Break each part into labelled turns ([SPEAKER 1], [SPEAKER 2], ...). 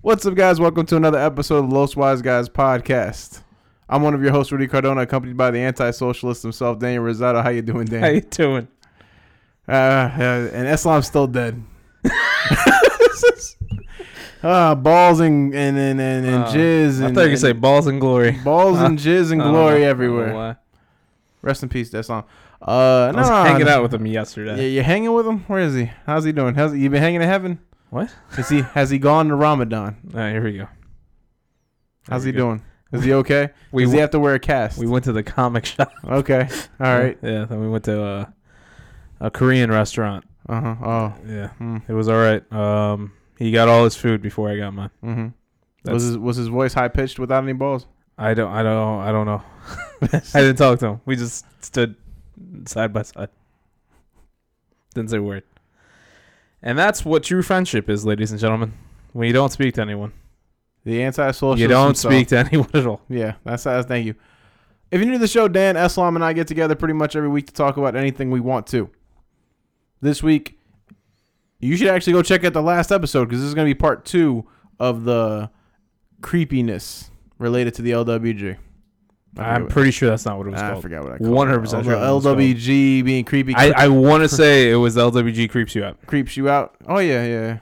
[SPEAKER 1] What's up, guys? Welcome to another episode of Los Wise Guys podcast. I'm one of your hosts, Rudy Cardona, accompanied by the anti-socialist himself, Daniel Rosado. How you doing,
[SPEAKER 2] How
[SPEAKER 1] Dan?
[SPEAKER 2] you doing?
[SPEAKER 1] Uh, uh, and Islam's still dead. uh, balls and and and and, and
[SPEAKER 2] Uh,
[SPEAKER 1] jizz.
[SPEAKER 2] I
[SPEAKER 1] And,
[SPEAKER 2] thought you could
[SPEAKER 1] and
[SPEAKER 2] say Uh, balls and glory.
[SPEAKER 1] balls and jizz and glory everywhere.
[SPEAKER 2] I,
[SPEAKER 1] Rest in peace, Islam. Uh,
[SPEAKER 2] don't
[SPEAKER 1] no,
[SPEAKER 2] know why. I was
[SPEAKER 1] no,
[SPEAKER 2] hanging
[SPEAKER 1] no.
[SPEAKER 2] out with him
[SPEAKER 1] Yeah,
[SPEAKER 2] yesterday.
[SPEAKER 1] you're hanging with him. Where is he? How's he doing? How's he? You been hanging in heaven?
[SPEAKER 2] What?
[SPEAKER 1] Is he? Has he gone to Ramadan?
[SPEAKER 2] All right, here we go.
[SPEAKER 1] How's
[SPEAKER 2] There
[SPEAKER 1] he
[SPEAKER 2] we go.
[SPEAKER 1] doing? Is he okay?
[SPEAKER 2] We
[SPEAKER 1] Does he
[SPEAKER 2] w-
[SPEAKER 1] have to wear a cast?
[SPEAKER 2] we went to the comic shop.
[SPEAKER 1] okay. All right.
[SPEAKER 2] Yeah. Then we went to uh, a Korean restaurant.
[SPEAKER 1] Uh huh. Oh.
[SPEAKER 2] Yeah.
[SPEAKER 1] Mm.
[SPEAKER 2] It was all right. Um, he got all his food before I got mine.
[SPEAKER 1] Mm-hmm.
[SPEAKER 2] That's-
[SPEAKER 1] Was his was his voice high pitched without any balls?
[SPEAKER 2] I don't. I don't. I don't know. I didn't talk to him. We just stood side by side. Didn't say a word. And that's what true friendship is, ladies and gentlemen. When you don't speak to anyone,
[SPEAKER 1] The anti-social.
[SPEAKER 2] you don't speak to anyone at all.
[SPEAKER 1] Yeah. That's that's. Thank you. If you're new to the show, Dan Eslam and I get together pretty much every week to talk about anything we want to. This week, you should actually go check out the last episode because this is going to be part two of the creepiness related to the LWG. I Ah,
[SPEAKER 2] I'm
[SPEAKER 1] forget
[SPEAKER 2] pretty sure that's not what it
[SPEAKER 1] what,
[SPEAKER 2] was
[SPEAKER 1] I
[SPEAKER 2] called.
[SPEAKER 1] forgot what I called. it.
[SPEAKER 2] 100% sure.
[SPEAKER 1] Although LWG being creepy
[SPEAKER 2] I,
[SPEAKER 1] cre-
[SPEAKER 2] I want to say it was LWG creeps you out.
[SPEAKER 1] creeps you out. Oh yeah, yeah.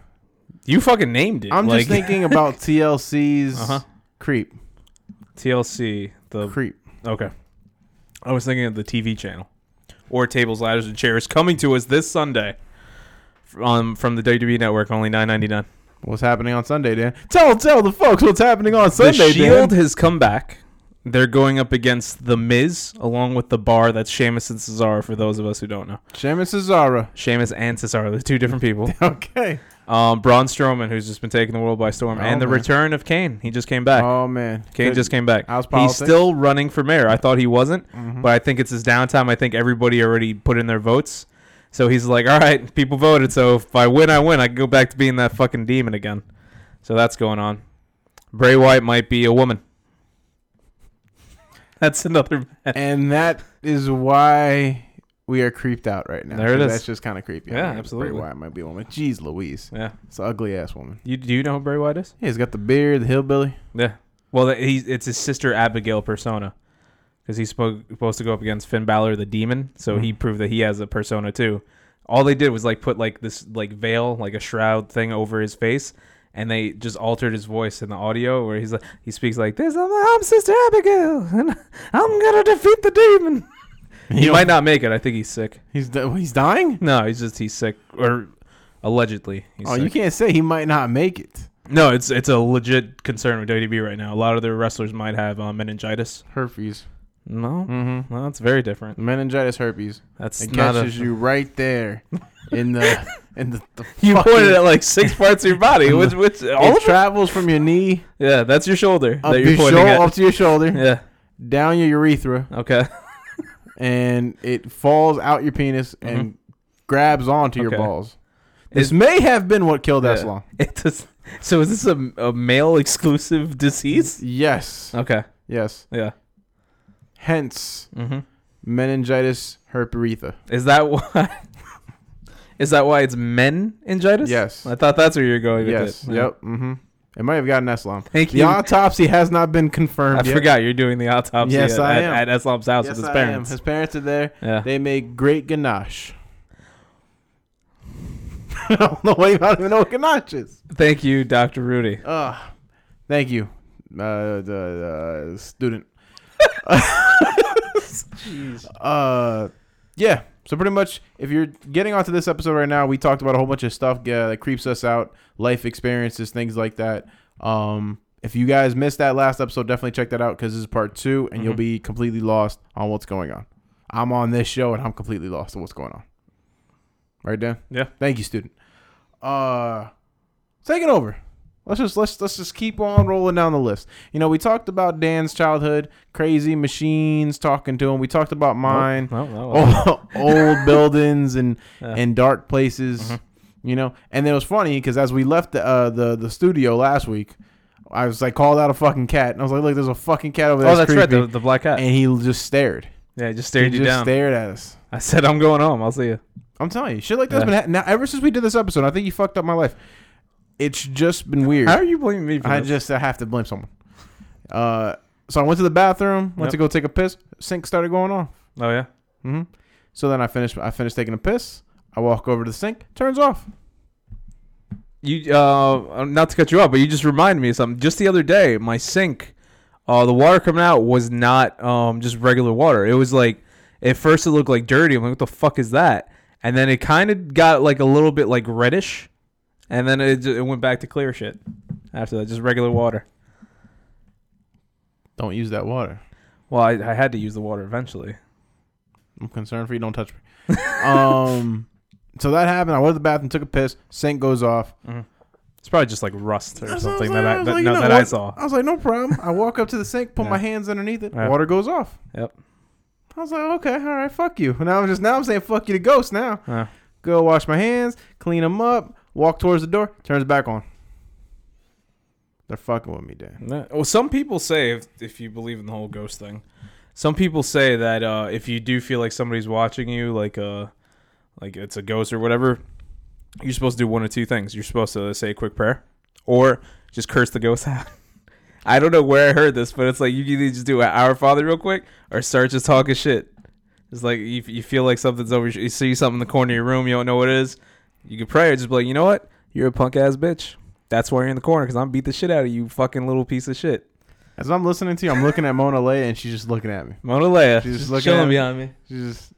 [SPEAKER 2] You fucking named it.
[SPEAKER 1] I'm
[SPEAKER 2] like,
[SPEAKER 1] just thinking about TLC's
[SPEAKER 2] Uh-huh.
[SPEAKER 1] creep.
[SPEAKER 2] TLC. The
[SPEAKER 1] Creep.
[SPEAKER 2] okay. I was thinking of the TV channel or tables, ladders, and chairs coming to us this Sunday from from the WWE Network. Only 9.99.
[SPEAKER 1] What's happening on Sunday, Dan? Tell tell the folks what's happening on
[SPEAKER 2] The
[SPEAKER 1] Sunday,
[SPEAKER 2] Shield
[SPEAKER 1] Dan.
[SPEAKER 2] has come back. They're going up against the Miz along with the Bar. That's Sheamus and Cesaro. For those of us who don't know,
[SPEAKER 1] Sheamus Cesaro.
[SPEAKER 2] Sheamus and Cesaro, they're two different people.
[SPEAKER 1] Okay.
[SPEAKER 2] Um, Braun Strowman, who's just been taking the world by storm,
[SPEAKER 1] Oh,
[SPEAKER 2] and the
[SPEAKER 1] man.
[SPEAKER 2] return of Kane. He just came back.
[SPEAKER 1] Oh man.
[SPEAKER 2] Kane
[SPEAKER 1] Good.
[SPEAKER 2] just came back.
[SPEAKER 1] House
[SPEAKER 2] He's
[SPEAKER 1] politics.
[SPEAKER 2] still running for mayor. I thought he wasn't,
[SPEAKER 1] Mhm.
[SPEAKER 2] but I think it's his downtime. I think everybody already put in their votes. So he's like, all right, people voted. So if I win, I win. I can go back to being that fucking demon again. So that's going on. Bray White might be a woman. That's another. match.
[SPEAKER 1] and that is why we are creeped out right now.
[SPEAKER 2] There it
[SPEAKER 1] 'Cause
[SPEAKER 2] is.
[SPEAKER 1] That's just kind of creepy.
[SPEAKER 2] Yeah,
[SPEAKER 1] Bray
[SPEAKER 2] absolutely.
[SPEAKER 1] Wyaat might be a woman. Jeez, Louise.
[SPEAKER 2] Yeah.
[SPEAKER 1] It's an ugly ass woman.
[SPEAKER 2] You do you know who Bray White is?
[SPEAKER 1] Yeah, he's got the beard, the hillbilly.
[SPEAKER 2] Yeah. Well, that- he's it's his sister Abigail persona, because he's spo- supposed to go up against Finn Balor, the demon. So
[SPEAKER 1] Mm-hmm.
[SPEAKER 2] he proved that he has a persona too. All they did was like put like this like veil, like a shroud thing over his face, and they just altered his voice in the audio where he's like he speaks like this. I'm, I'm Sister Abigail, and I'm gonna defeat the demon. he might not make it. I think he's sick.
[SPEAKER 1] He's di- he's dying.
[SPEAKER 2] No, he's just he's sick or allegedly. He's
[SPEAKER 1] oh,
[SPEAKER 2] sick.
[SPEAKER 1] you can't say he might not make it.
[SPEAKER 2] No, it's it's a legit concern with WWE right now. A lot of their wrestlers might have um, meningitis.
[SPEAKER 1] Herpes.
[SPEAKER 2] No,
[SPEAKER 1] Mm-hmm.
[SPEAKER 2] Well, that's very different.
[SPEAKER 1] Meningitis, herpes.
[SPEAKER 2] That's
[SPEAKER 1] It
[SPEAKER 2] not
[SPEAKER 1] catches
[SPEAKER 2] a.
[SPEAKER 1] you right there in the in the, the
[SPEAKER 2] You
[SPEAKER 1] fucking-
[SPEAKER 2] pointed at like six parts of your body, which which all
[SPEAKER 1] it
[SPEAKER 2] of it?
[SPEAKER 1] travels from your knee
[SPEAKER 2] Yeah, that's your shoulder
[SPEAKER 1] up,
[SPEAKER 2] that
[SPEAKER 1] your
[SPEAKER 2] you're
[SPEAKER 1] shoulder,
[SPEAKER 2] pointing
[SPEAKER 1] up to your shoulder,
[SPEAKER 2] at.
[SPEAKER 1] down your urethra,
[SPEAKER 2] Yeah. Okay.
[SPEAKER 1] and it falls out your penis and grabs onto your
[SPEAKER 2] Mm-hmm. Okay.
[SPEAKER 1] balls. This
[SPEAKER 2] It-
[SPEAKER 1] may have been what killed
[SPEAKER 2] Yeah.
[SPEAKER 1] Eslam.
[SPEAKER 2] It does. So is this a, a male exclusive disease?
[SPEAKER 1] Yes,
[SPEAKER 2] Okay.
[SPEAKER 1] yes.
[SPEAKER 2] Yeah.
[SPEAKER 1] Hence
[SPEAKER 2] Mm-hmm.
[SPEAKER 1] meningitis herperetha.
[SPEAKER 2] Is that why? is that why it's meningitis?
[SPEAKER 1] Yes,
[SPEAKER 2] I thought that's where you're going.
[SPEAKER 1] yes.
[SPEAKER 2] With it.
[SPEAKER 1] Yep. Mm-hmm. It might have gotten Eslam.
[SPEAKER 2] Thank
[SPEAKER 1] The
[SPEAKER 2] you.
[SPEAKER 1] autopsy has not been confirmed.
[SPEAKER 2] I
[SPEAKER 1] yet.
[SPEAKER 2] forgot you're doing the autopsy
[SPEAKER 1] Yes,
[SPEAKER 2] at,
[SPEAKER 1] I
[SPEAKER 2] at-
[SPEAKER 1] am.
[SPEAKER 2] at Eslam's house
[SPEAKER 1] Yes,
[SPEAKER 2] with his
[SPEAKER 1] I am.
[SPEAKER 2] parents.
[SPEAKER 1] His parents are there.
[SPEAKER 2] yeah.
[SPEAKER 1] They make great ganache. I don't know why you don't even know what ganache is.
[SPEAKER 2] Thank you, Dr. Rudy.
[SPEAKER 1] Uh, thank you, uh, the uh, student. Uh, yeah. So pretty much, if you're getting onto this episode right now, we talked about a whole bunch of stuff uh, that creeps us out, life experiences, things like that. Um, if you guys missed that last episode, definitely check that out because this is part two, and you'll
[SPEAKER 2] Mhm.
[SPEAKER 1] be completely lost on what's going on. I'm on this show, and I'm completely lost on what's going on. Right, Dan?
[SPEAKER 2] Yeah.
[SPEAKER 1] Thank you, student. Uh, taking over. Let's just let's let's just keep on rolling down the list. You know, we talked about Dan's childhood, crazy machines talking to him. We talked about mine,
[SPEAKER 2] Nope. Nope, that wasn't-
[SPEAKER 1] old, old buildings and
[SPEAKER 2] Yeah. Mm-hmm.
[SPEAKER 1] and dark places. You know, and it was funny because as we left the, uh, the the studio last week, I was like called out a fucking cat, and I was like, "Look, there's a fucking cat over there."
[SPEAKER 2] Oh,
[SPEAKER 1] It's
[SPEAKER 2] that's right. The,
[SPEAKER 1] creepy."
[SPEAKER 2] the black cat.
[SPEAKER 1] And he just stared.
[SPEAKER 2] yeah, he just stared
[SPEAKER 1] he
[SPEAKER 2] you
[SPEAKER 1] just
[SPEAKER 2] down.
[SPEAKER 1] stared at us.
[SPEAKER 2] I said, I'm going home. I'll see you.
[SPEAKER 1] I'm telling you, shit like that's
[SPEAKER 2] Yeah.
[SPEAKER 1] been ha- now ever since we did this episode. I think you fucked up my life. It's just been weird.
[SPEAKER 2] How are you blaming me for
[SPEAKER 1] I
[SPEAKER 2] this?
[SPEAKER 1] just I have to blame someone. Uh, so I went to the bathroom, went
[SPEAKER 2] Yep.
[SPEAKER 1] to go take a piss. Sink started going off.
[SPEAKER 2] oh yeah.
[SPEAKER 1] hmm So then I finished. I finished taking a piss. I walk over to the sink. Turns off.
[SPEAKER 2] You uh, not to cut you off, but you just reminded me of something. Just the other day, my sink, uh, the water coming out was not um just regular water. It was like at first it looked like dirty. I'm like, what the fuck is that? And then it kind of got like a little bit like reddish, and then it, ju- it went back to clear shit. After that, just regular water.
[SPEAKER 1] Don't use that water.
[SPEAKER 2] Well, I, I had to use the water eventually.
[SPEAKER 1] I'm concerned for you. Don't touch me. um, so that happened. I went to the bathroom, took a piss. Sink goes off.
[SPEAKER 2] It's probably just like rust or
[SPEAKER 1] That's what I was
[SPEAKER 2] something
[SPEAKER 1] like,
[SPEAKER 2] that
[SPEAKER 1] I
[SPEAKER 2] I,
[SPEAKER 1] was
[SPEAKER 2] that,
[SPEAKER 1] like,
[SPEAKER 2] no,
[SPEAKER 1] you know
[SPEAKER 2] that I
[SPEAKER 1] what?
[SPEAKER 2] saw.
[SPEAKER 1] I was like, no problem. I walk up to the sink, put my hands underneath it.
[SPEAKER 2] Yeah.
[SPEAKER 1] Water goes off.
[SPEAKER 2] Yep.
[SPEAKER 1] I was like, okay, all right, fuck you. And now I'm just now I'm saying fuck you to ghosts now.
[SPEAKER 2] Yeah.
[SPEAKER 1] Go wash my hands, clean them up, walk towards the door, turns back on. They're fucking with me, Dan.
[SPEAKER 2] No. Well, some people say if, if you believe in the whole ghost thing, some people say that uh, if you do feel like somebody's watching you, like uh, like it's a ghost or whatever, you're supposed to do one of two things. You're supposed to say a quick prayer, or just curse the ghost out. I don't know where I heard this, but it's like you can either just do an Our Father real quick, or start just talking shit. It's like you, you feel like something's over. You see something in the corner of your room, you don't know what it is. You could pray or just be like, you know what, you're a punk ass bitch. That's why you're in the corner because I'm beat the shit out of you, fucking little piece of shit.
[SPEAKER 1] As I'm listening to you, I'm looking at Mona Leia and she's just looking at me.
[SPEAKER 2] Mona Leia.
[SPEAKER 1] She's
[SPEAKER 2] She's
[SPEAKER 1] just
[SPEAKER 2] just
[SPEAKER 1] looking
[SPEAKER 2] chilling
[SPEAKER 1] at me.
[SPEAKER 2] behind me.
[SPEAKER 1] She's just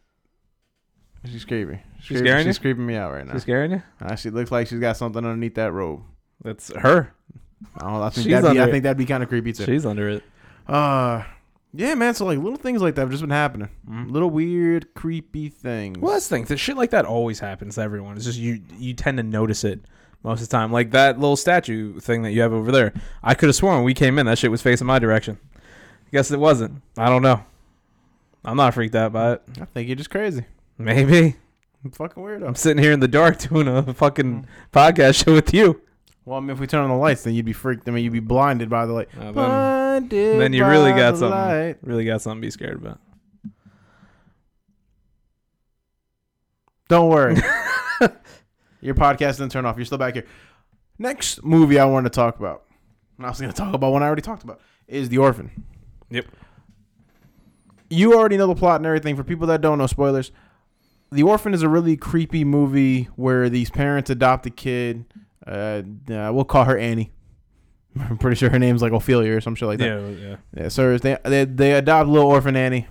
[SPEAKER 1] she's creepy.
[SPEAKER 2] She's scaring
[SPEAKER 1] She's creeping me out right now.
[SPEAKER 2] She's scaring you?
[SPEAKER 1] Uh, she looks like she's got something underneath that robe.
[SPEAKER 2] That's her.
[SPEAKER 1] I, don't, know, I think
[SPEAKER 2] She's
[SPEAKER 1] that'd be, I
[SPEAKER 2] under it.
[SPEAKER 1] think that'd be kind of creepy too.
[SPEAKER 2] She's under it.
[SPEAKER 1] Uh, yeah, man. So like little things like that have just been happening. Little weird, creepy things.
[SPEAKER 2] Well, that's the thing. The shit like that always happens to everyone. It's just you you tend to notice it most of the time. Like that little statue thing that you have over there. I could have sworn when we came in, that shit was facing my direction. Guess it wasn't. I don't know. I'm not freaked out by it.
[SPEAKER 1] I think you're just crazy.
[SPEAKER 2] Maybe.
[SPEAKER 1] I'm fucking
[SPEAKER 2] I'm
[SPEAKER 1] weirdo.
[SPEAKER 2] sitting here in the dark doing a fucking
[SPEAKER 1] Mm.
[SPEAKER 2] podcast show with you.
[SPEAKER 1] Well, I mean, if we turn on the lights, then you'd be freaked. I mean, you'd be blinded by the light.
[SPEAKER 2] Uh, then,
[SPEAKER 1] Blinded.
[SPEAKER 2] then you really
[SPEAKER 1] by
[SPEAKER 2] got
[SPEAKER 1] the
[SPEAKER 2] something.
[SPEAKER 1] light.
[SPEAKER 2] Really got something to be scared about.
[SPEAKER 1] Don't worry. Your podcast didn't turn off. You're still back here. Next movie I wanted to talk about, and I was going to talk about one I already talked about, is The Orphan.
[SPEAKER 2] Yep.
[SPEAKER 1] You already know the plot and everything. For people that don't know, spoilers. The Orphan is a really creepy movie where these parents adopt a kid. Uh, uh, we'll call her Annie. I'm pretty sure her name's like Ophelia or some shit like that.
[SPEAKER 2] Yeah, yeah.
[SPEAKER 1] Yeah, so they, they they adopt little orphan Annie,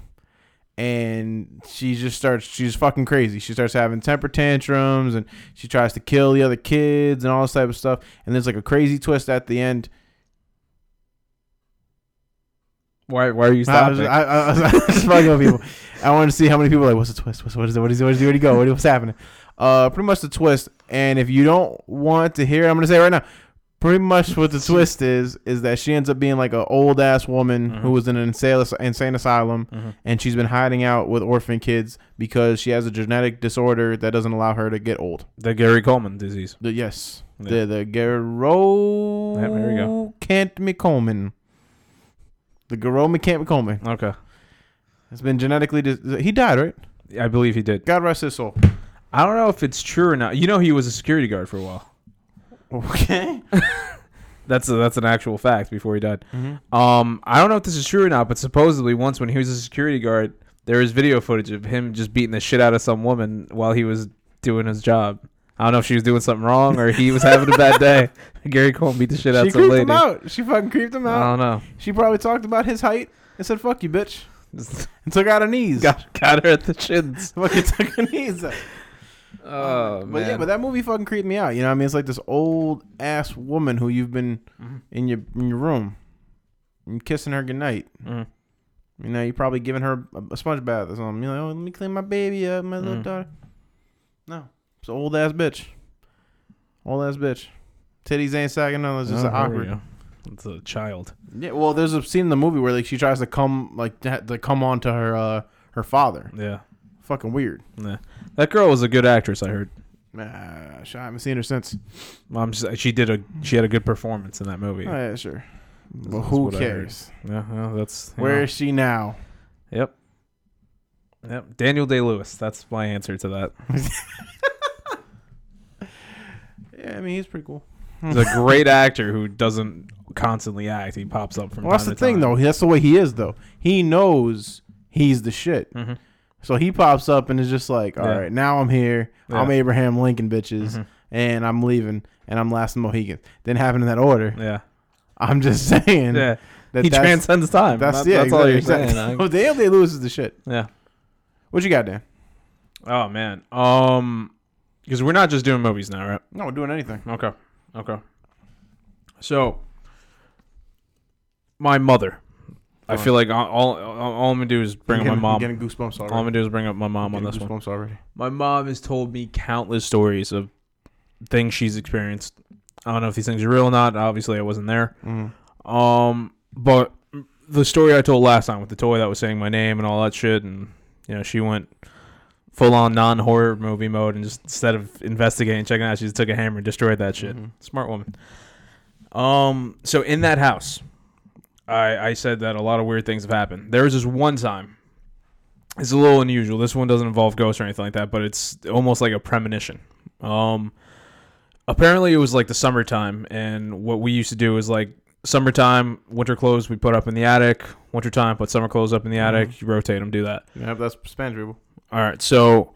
[SPEAKER 1] and she just starts she's fucking crazy. She starts having temper tantrums, and she tries to kill the other kids and all this type of stuff. And there's like a crazy twist at the end.
[SPEAKER 2] Why, why are you
[SPEAKER 1] I was,
[SPEAKER 2] stopping?
[SPEAKER 1] I, I, I was, I was just fucking with people. I wanted to see how many people were like, what's the twist? What's what is it? What is it? What is it? Where'd he go? What- What's happening? Uh, pretty much the twist. And if you don't want to hear, it, I'm gonna say it right now. Pretty much what the twist is is that she ends up being like an old ass woman who was in an insane, insane asylum,
[SPEAKER 2] Mm-hmm.
[SPEAKER 1] and she's been hiding out with orphan kids because she has a genetic disorder that doesn't allow her to get old.
[SPEAKER 2] the Gary Coleman disease.
[SPEAKER 1] The, yes, the
[SPEAKER 2] Yeah.
[SPEAKER 1] the Garo.
[SPEAKER 2] Yeah, there we go.
[SPEAKER 1] Can't McColeman. The Garo Can't McColeman.
[SPEAKER 2] Okay.
[SPEAKER 1] It's been genetically. Dis- he died, right?
[SPEAKER 2] I believe he did.
[SPEAKER 1] God rest his soul.
[SPEAKER 2] I don't know if it's true or not. You know, he was a security guard for a while.
[SPEAKER 1] Okay.
[SPEAKER 2] That's a, that's an actual fact. Before he died, um, I don't know if this is true or not, but supposedly once when he was a security guard, there is video footage of him just beating the shit out of some woman while he was doing his job. I don't know if she was doing something wrong or he was having a bad day. Gary Coleman beat the shit out
[SPEAKER 1] she
[SPEAKER 2] of some
[SPEAKER 1] creeped
[SPEAKER 2] lady. Uh-huh.
[SPEAKER 1] him out. She fucking creeped him
[SPEAKER 2] I
[SPEAKER 1] out.
[SPEAKER 2] don't know.
[SPEAKER 1] she probably talked about his height and said, "Fuck you, bitch," and took out her knees.
[SPEAKER 2] got, got her at the shins.
[SPEAKER 1] Fucking took her knees. Out.
[SPEAKER 2] Oh
[SPEAKER 1] but
[SPEAKER 2] man.
[SPEAKER 1] yeah, but that movie fucking creeped me out. You know, what I mean, it's like this old ass woman who you've been
[SPEAKER 2] Mm-hmm.
[SPEAKER 1] in your in your room, and kissing her goodnight.
[SPEAKER 2] Mhm.
[SPEAKER 1] You know, you probably giving her a, a sponge bath or something. You're like, oh, let me clean my baby up, my little
[SPEAKER 2] Mhm.
[SPEAKER 1] daughter. No, it's an old ass bitch. Old ass bitch. Titties ain't sagging. No, it's just
[SPEAKER 2] Oh, here we
[SPEAKER 1] awkward.
[SPEAKER 2] go. It's a child.
[SPEAKER 1] Yeah, well, there's a scene in the movie where like she tries to come like to, to come on to her uh, her father.
[SPEAKER 2] Yeah.
[SPEAKER 1] Fucking weird.
[SPEAKER 2] Nah. That girl was a good actress. I heard.
[SPEAKER 1] Uh, sh- I haven't seen her since.
[SPEAKER 2] I'm just, she did a she had a good performance in that movie.
[SPEAKER 1] Oh, yeah, sure. Well,
[SPEAKER 2] is
[SPEAKER 1] who
[SPEAKER 2] what I heard.
[SPEAKER 1] cares?
[SPEAKER 2] Yeah, well, that's you
[SPEAKER 1] Where
[SPEAKER 2] know.
[SPEAKER 1] is she now?
[SPEAKER 2] Yep. Yep. Daniel Day Lewis. That's my answer to that.
[SPEAKER 1] Yeah, I mean he's pretty cool.
[SPEAKER 2] He's a great actor who doesn't constantly act. He pops up from.
[SPEAKER 1] Well, that's
[SPEAKER 2] time
[SPEAKER 1] the
[SPEAKER 2] to
[SPEAKER 1] thing,
[SPEAKER 2] time.
[SPEAKER 1] though. That's the way he is, though. He knows he's the shit.
[SPEAKER 2] Mhm.
[SPEAKER 1] So he pops up and is just like, "All right,
[SPEAKER 2] Yeah.
[SPEAKER 1] now I'm here. I'm
[SPEAKER 2] Yeah. Mm-hmm.
[SPEAKER 1] Abraham Lincoln, bitches, and I'm leaving, and I'm last in Mohegan." Didn't happen in that order.
[SPEAKER 2] Yeah,
[SPEAKER 1] I'm just saying
[SPEAKER 2] yeah.
[SPEAKER 1] that
[SPEAKER 2] he
[SPEAKER 1] that's,
[SPEAKER 2] transcends time.
[SPEAKER 1] that's,
[SPEAKER 2] That-
[SPEAKER 1] yeah,
[SPEAKER 2] that's all
[SPEAKER 1] exactly.
[SPEAKER 2] you're saying.
[SPEAKER 1] exactly.
[SPEAKER 2] I-
[SPEAKER 1] Oh, damn, they lose is the shit.
[SPEAKER 2] yeah.
[SPEAKER 1] What you got, Dan?
[SPEAKER 2] Oh man. Um, because we're not just doing movies now, right?
[SPEAKER 1] No, we're doing anything.
[SPEAKER 2] Okay. Okay. So, my mother. I feel like all, all all I'm gonna do is bring
[SPEAKER 1] I'm
[SPEAKER 2] up my
[SPEAKER 1] getting- I'm
[SPEAKER 2] mom.
[SPEAKER 1] Getting goosebumps
[SPEAKER 2] All I'm
[SPEAKER 1] already.
[SPEAKER 2] gonna do is bring up my mom on
[SPEAKER 1] Getting
[SPEAKER 2] this one.
[SPEAKER 1] goosebumps already.
[SPEAKER 2] My mom has told me countless stories of things she's experienced. I don't know if these things are real or not. Obviously, I wasn't there.
[SPEAKER 1] Mhm.
[SPEAKER 2] Um, but the story I told last time with the toy that was saying my name and all that shit, and you know, she went full on non horror movie mode and just instead of investigating, checking out, she just took a hammer and destroyed that shit.
[SPEAKER 1] Mhm.
[SPEAKER 2] Smart woman. Um, so in that house, I I said that a lot of weird things have happened. There was this one time. It's a little unusual. This one doesn't involve ghosts or anything like that, but it's almost like a premonition. Um, apparently it was like the summertime, and what we used to do is like summertime, winter clothes we put up in the attic. Wintertime, put summer clothes up in the attic. You rotate them, do that.
[SPEAKER 1] Yeah, that's Spanish people.
[SPEAKER 2] All right, so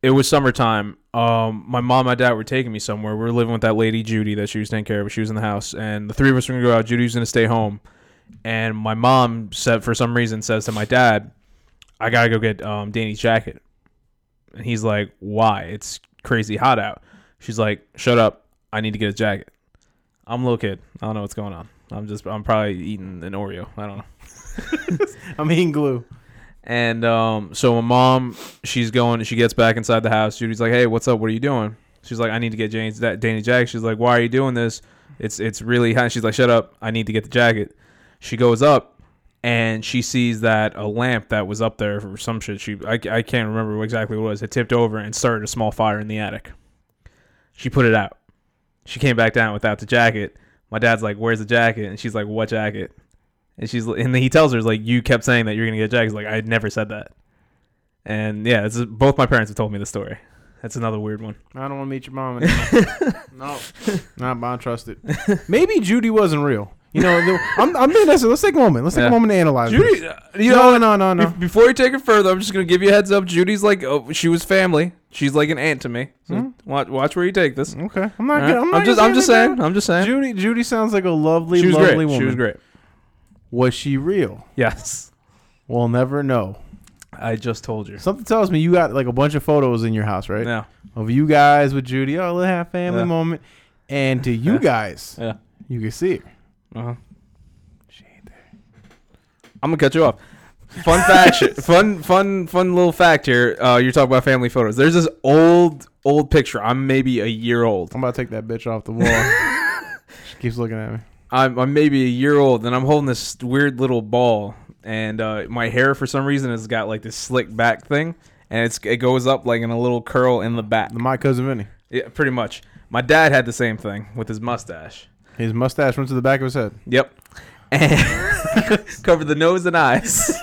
[SPEAKER 2] it was summertime. Um, my mom, and my dad were taking me somewhere. We were living with that lady Judy that she was taking care of. She was in the house, and the three of us were gonna go out. Judy was gonna stay home, and my mom said for some reason says to my dad, "I gotta go get um, Danny's jacket," and he's like, "Why? It's crazy hot out." She's like, "Shut up! I need to get a jacket." I'm a little kid. I don't know what's going on. I'm just I'm probably eating an Oreo. I don't know.
[SPEAKER 1] I'm eating glue.
[SPEAKER 2] And um, so my mom, she's going, she gets back inside the house. Judy's like, "Hey, what's up? What are you doing?" She's like, "I need to get Jane's that Danny Jack." She's like, "Why are you doing this? It's it's really hot." She's like, "Shut up! I need to get the jacket." She goes up, and she sees that a lamp that was up there for some shit. She I, I can't remember exactly what it was. It tipped over and started a small fire in the attic. She put it out. She came back down without the jacket. My dad's like, "Where's the jacket?" And she's like, "What jacket?" And she's and he tells her like you kept saying that you're gonna get Jack. He's like I never said that. And yeah, it's both my parents have told me the story. That's another weird one.
[SPEAKER 1] I don't want to meet your mom anymore. no, not bond trusted. Maybe Judy wasn't real. You know, the- I'm. I'm gonna listen. Let's take a moment. Let's take
[SPEAKER 2] Yeah.
[SPEAKER 1] a moment to analyze. this.
[SPEAKER 2] Judy, uh, you know,
[SPEAKER 1] no, no, no, no.
[SPEAKER 2] be- before you take it further, I'm just gonna give you a heads up. Judy's like oh, she was family. She's like an aunt to me. So
[SPEAKER 1] Hmm.
[SPEAKER 2] watch, watch where you take this.
[SPEAKER 1] Okay, I'm not.
[SPEAKER 2] All right?
[SPEAKER 1] gonna- I'm,
[SPEAKER 2] I'm,
[SPEAKER 1] not
[SPEAKER 2] just,
[SPEAKER 1] gonna
[SPEAKER 2] I'm
[SPEAKER 1] say
[SPEAKER 2] just
[SPEAKER 1] anything.
[SPEAKER 2] saying. I'm just saying.
[SPEAKER 1] Judy. Judy sounds like a lovely,
[SPEAKER 2] she was
[SPEAKER 1] lovely
[SPEAKER 2] great.
[SPEAKER 1] woman.
[SPEAKER 2] She was great.
[SPEAKER 1] Was she real?
[SPEAKER 2] Yes,
[SPEAKER 1] We'll never know.
[SPEAKER 2] I just told you.
[SPEAKER 1] Something tells me you got like a bunch of photos in your house, right?
[SPEAKER 2] Yeah,
[SPEAKER 1] Of you guys with Judy. Oh, let's have family
[SPEAKER 2] Yeah.
[SPEAKER 1] moment. And to you
[SPEAKER 2] Yeah.
[SPEAKER 1] guys,
[SPEAKER 2] yeah.
[SPEAKER 1] you can see her.
[SPEAKER 2] Uh-huh.
[SPEAKER 1] She ain't there.
[SPEAKER 2] I'm gonna cut you off. Fun fact, fun, fun, fun little fact here. Uh, you're talking about family photos. There's this old, old picture. I'm maybe a year old.
[SPEAKER 1] I'm about to take that bitch off the wall. she keeps looking at me.
[SPEAKER 2] I'm, I'm maybe a year old, and I'm holding this weird little ball, and uh, my hair for some reason has got like this slick back thing, and it's it goes up like in a little curl in the back.
[SPEAKER 1] My cousin Vinny.
[SPEAKER 2] Yeah, pretty much. My dad had the same thing with his mustache.
[SPEAKER 1] His mustache went to the back of his head.
[SPEAKER 2] Yep. And covered the nose and eyes.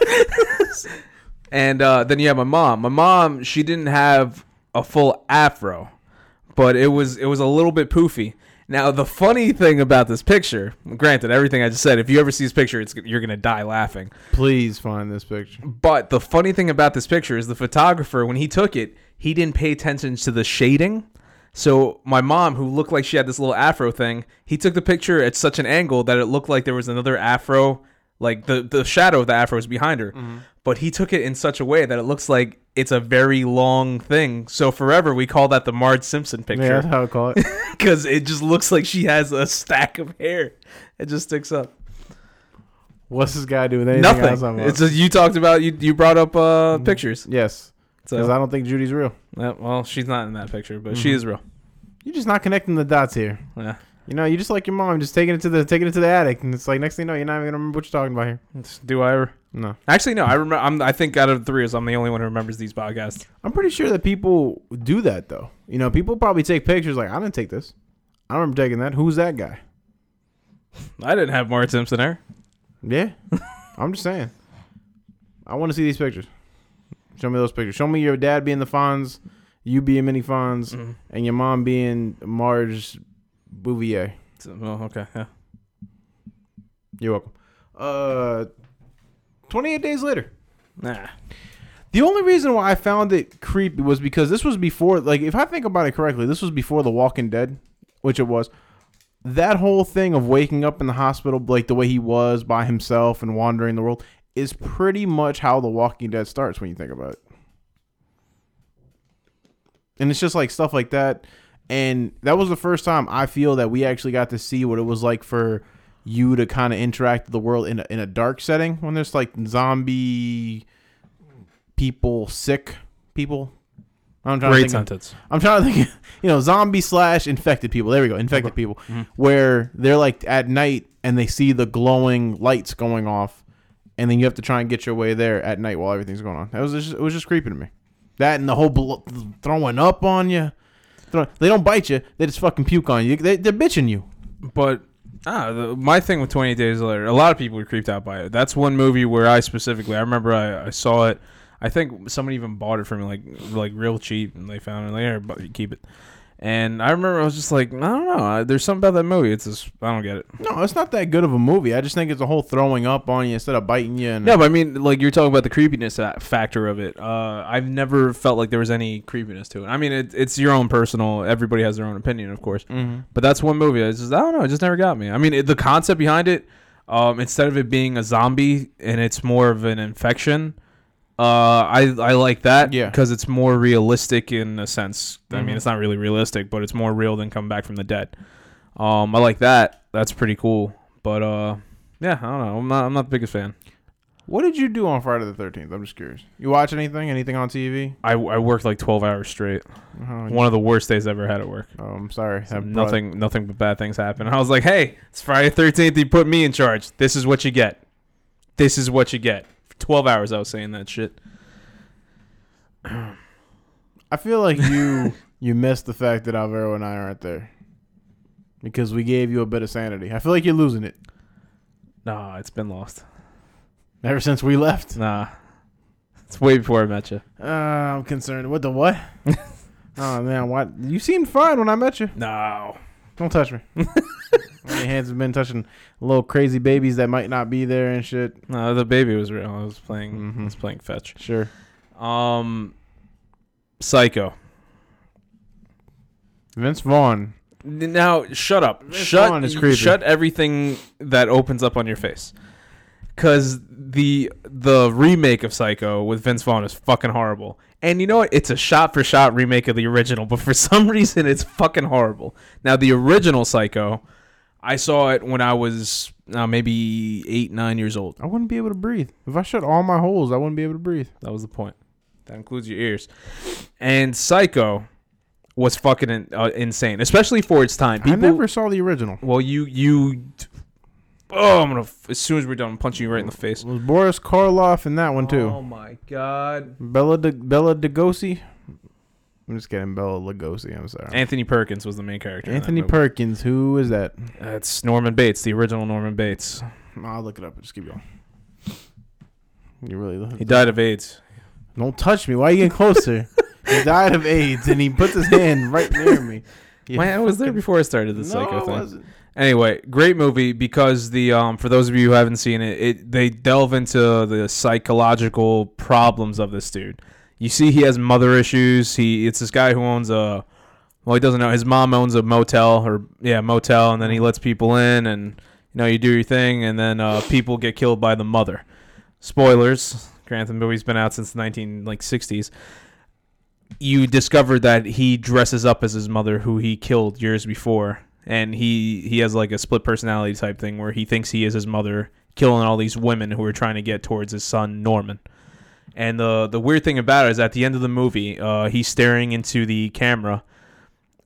[SPEAKER 2] and uh, then you have my mom. My mom, she didn't have a full afro, but it was it was a little bit poofy. Now the funny thing about this picture, granted everything I just said, if you ever see this picture, it's you're gonna die laughing.
[SPEAKER 1] Please find this picture.
[SPEAKER 2] But the funny thing about this picture is the photographer, when he took it, he didn't pay attention to the shading. So my mom, who looked like she had this little afro thing, he took the picture at such an angle that it looked like there was another afro, like the the shadow of the afro is behind her. But he took it in such a way that it looks like it's a very long thing. So forever we call that the Marge Simpson
[SPEAKER 1] Yeah, that's
[SPEAKER 2] picture
[SPEAKER 1] how I call it.
[SPEAKER 2] because it just looks like she has a stack of hair. It just sticks up.
[SPEAKER 1] What's this guy doing? Anything else Mm-hmm. I'm uh,
[SPEAKER 2] Nothing.
[SPEAKER 1] up?
[SPEAKER 2] It's just, you talked about you you brought up uh, pictures.
[SPEAKER 1] yes,
[SPEAKER 2] So.
[SPEAKER 1] because I don't think Judy's real.
[SPEAKER 2] Yeah, well, she's not in that picture, but she is real.
[SPEAKER 1] You're just not connecting the dots here.
[SPEAKER 2] Yeah.
[SPEAKER 1] You know, you just like your mom, just taking it to the taking it to the attic, and it's like next thing you know, you're not even gonna remember what you're talking about here.
[SPEAKER 2] It's- Do I ever?
[SPEAKER 1] No,
[SPEAKER 2] Actually, no. I remember. I'm, I think out of the three, of us, I'm the only one who remembers these podcasts.
[SPEAKER 1] I'm pretty sure that people do that though. You know, people probably take pictures like I didn't take this. I don't remember taking that. Who's that guy?
[SPEAKER 2] I didn't have Mark Simpson there.
[SPEAKER 1] Yeah, I'm just saying. I want to see these pictures. Show me those pictures. Show me your
[SPEAKER 2] Mm-hmm.
[SPEAKER 1] dad being the Fonz, you being Minnie Fonz, and your mom being Marge Bouvier.
[SPEAKER 2] So, well, okay. Yeah.
[SPEAKER 1] You're welcome. Uh, 28 days later.
[SPEAKER 2] Nah.
[SPEAKER 1] The only reason why I found it creepy was because this was before, like, if I think about it correctly, this was before The Walking Dead, which it was. That whole thing of waking up in the hospital, like the way he was by himself and wandering the world, is pretty much how The Walking Dead starts when you think about it. And it's just like stuff like that. And that was the first time I feel that we actually got to see what it was like for you to kind of interact with the world in a, in a dark setting when there's like zombie people, sick people. I'm trying
[SPEAKER 2] Great
[SPEAKER 1] to think. of-
[SPEAKER 2] sentence.
[SPEAKER 1] I'm trying to think. You know, zombie slash infected people. There we go, infected people,
[SPEAKER 2] Mm-hmm.
[SPEAKER 1] where they're like at night and they see the glowing lights going off, and then you have to try and get your way there at night while everything's going on. That was just, it was just creepy to me. That and the whole blo- throwing up on you. Throw- They don't bite you. They just fucking puke on you. They, they're bitching you.
[SPEAKER 2] But ah, the, my thing with 28 Days Later, a lot of people were creeped out by it. That's one movie where I specifically, I remember I, I saw it. I think someone even bought it for me, like like real cheap, and they found it later, but you keep it. And I remember I was just like, I don't know. I, there's something about that movie. It's just I don't get it.
[SPEAKER 1] No, it's not that good of a movie. I just think it's a whole throwing up on you instead of biting you. And
[SPEAKER 2] No, but I mean, like you're talking about the creepiness fa- factor of it. Uh, I've never felt like there was any creepiness to it. I mean, it, it's your own personal. Everybody has their own opinion, of course.
[SPEAKER 1] Mhm.
[SPEAKER 2] But that's one movie. I just I don't know. It just never got me. I mean, it, the concept behind it, um, instead of it being a zombie and it's more of an infection, uh, I I like that.
[SPEAKER 1] Yeah.
[SPEAKER 2] Because it's more realistic in a sense. I mean, it's not really realistic, but it's more real than coming back from the dead. Um, I like that. That's pretty cool. But uh, yeah, I don't know. I'm not I'm not the biggest fan.
[SPEAKER 1] What did you do on Friday the 13th? I'm just curious. You watch anything? Anything on TV?
[SPEAKER 2] I, I worked like 12 hours straight.
[SPEAKER 1] Oh,
[SPEAKER 2] One of the worst days I ever had at work.
[SPEAKER 1] oh, I'm sorry.
[SPEAKER 2] So
[SPEAKER 1] That brought-
[SPEAKER 2] nothing nothing but bad things happened. I was like, "Hey, it's Friday 13th. You put me in charge. This is what you get. This is what you get." For 12 hours I was saying that shit.
[SPEAKER 1] I feel like you you missed the fact that Alvaro and I aren't there because we gave you a bit of sanity. I feel like you're losing it
[SPEAKER 2] Nah, it's been lost.
[SPEAKER 1] ever since we left.
[SPEAKER 2] Nah. It's way before I met you.
[SPEAKER 1] Uh, I'm concerned. What the what? oh man, what? You seemed fine when I met you.
[SPEAKER 2] No.
[SPEAKER 1] Don't touch me. My hands have been touching little crazy babies that might not be there and shit.
[SPEAKER 2] No, the baby was real. I was playing I
[SPEAKER 1] Mhm.
[SPEAKER 2] was playing fetch.
[SPEAKER 1] Sure.
[SPEAKER 2] Um Psycho.
[SPEAKER 1] Vince Vaughn.
[SPEAKER 2] Now shut up.
[SPEAKER 1] This one
[SPEAKER 2] shut
[SPEAKER 1] is creepy.
[SPEAKER 2] shut everything that opens up on your face. Cause the the remake of Psycho with Vince Vaughn is fucking horrible. And you know what? It's a shot for shot remake of the original, but for some reason it's fucking horrible. Now the original Psycho, I saw it when I was uh, maybe eight, nine years old.
[SPEAKER 1] I wouldn't be able to breathe. If I shut all my holes, I wouldn't be able to breathe.
[SPEAKER 2] That was the point. That includes your ears. And Psycho was fucking in, uh, insane, especially for its time.
[SPEAKER 1] I never saw the original.
[SPEAKER 2] Well, you you. Oh, I'm gonna. f- As soon as we're done, I'm punching you right in the
[SPEAKER 1] It
[SPEAKER 2] face.
[SPEAKER 1] was Boris Karloff in that one too.
[SPEAKER 2] Oh my god.
[SPEAKER 1] Bella De- Bella Lugosi. I'm just kidding, Bella Lugosi. I'm sorry.
[SPEAKER 2] Anthony Perkins was the main character. in that
[SPEAKER 1] Anthony
[SPEAKER 2] movie.
[SPEAKER 1] Perkins. Who is that?
[SPEAKER 2] That's Norman Bates, the original Norman Bates.
[SPEAKER 1] I'll look it up. Just keep going. You really
[SPEAKER 2] He died of AIDS.
[SPEAKER 1] don't touch me. Why are you getting closer? he died of AIDS, and he puts his hand right near me. You
[SPEAKER 2] Man, I was there
[SPEAKER 1] fucking-
[SPEAKER 2] before I started the
[SPEAKER 1] No,
[SPEAKER 2] psycho
[SPEAKER 1] I
[SPEAKER 2] thing.
[SPEAKER 1] wasn't.
[SPEAKER 2] Anyway, great movie because the um for those of you who haven't seen it, it they delve into the psychological problems of this dude. You see he has mother issues. He it's this guy who owns a well, he doesn't know his mom owns a motel or yeah, motel and then he lets people in and you know you do your thing and then uh, people get killed by the mother. Spoilers. Granted, the movie's been out since the 19 like 60s. You discover that he dresses up as his mother who he killed years before and he he has like a split personality type thing where he thinks he is his mother killing all these women who are trying to get towards his son Norman. And the the weird thing about it is at the end of the movie, uh, he's staring into the camera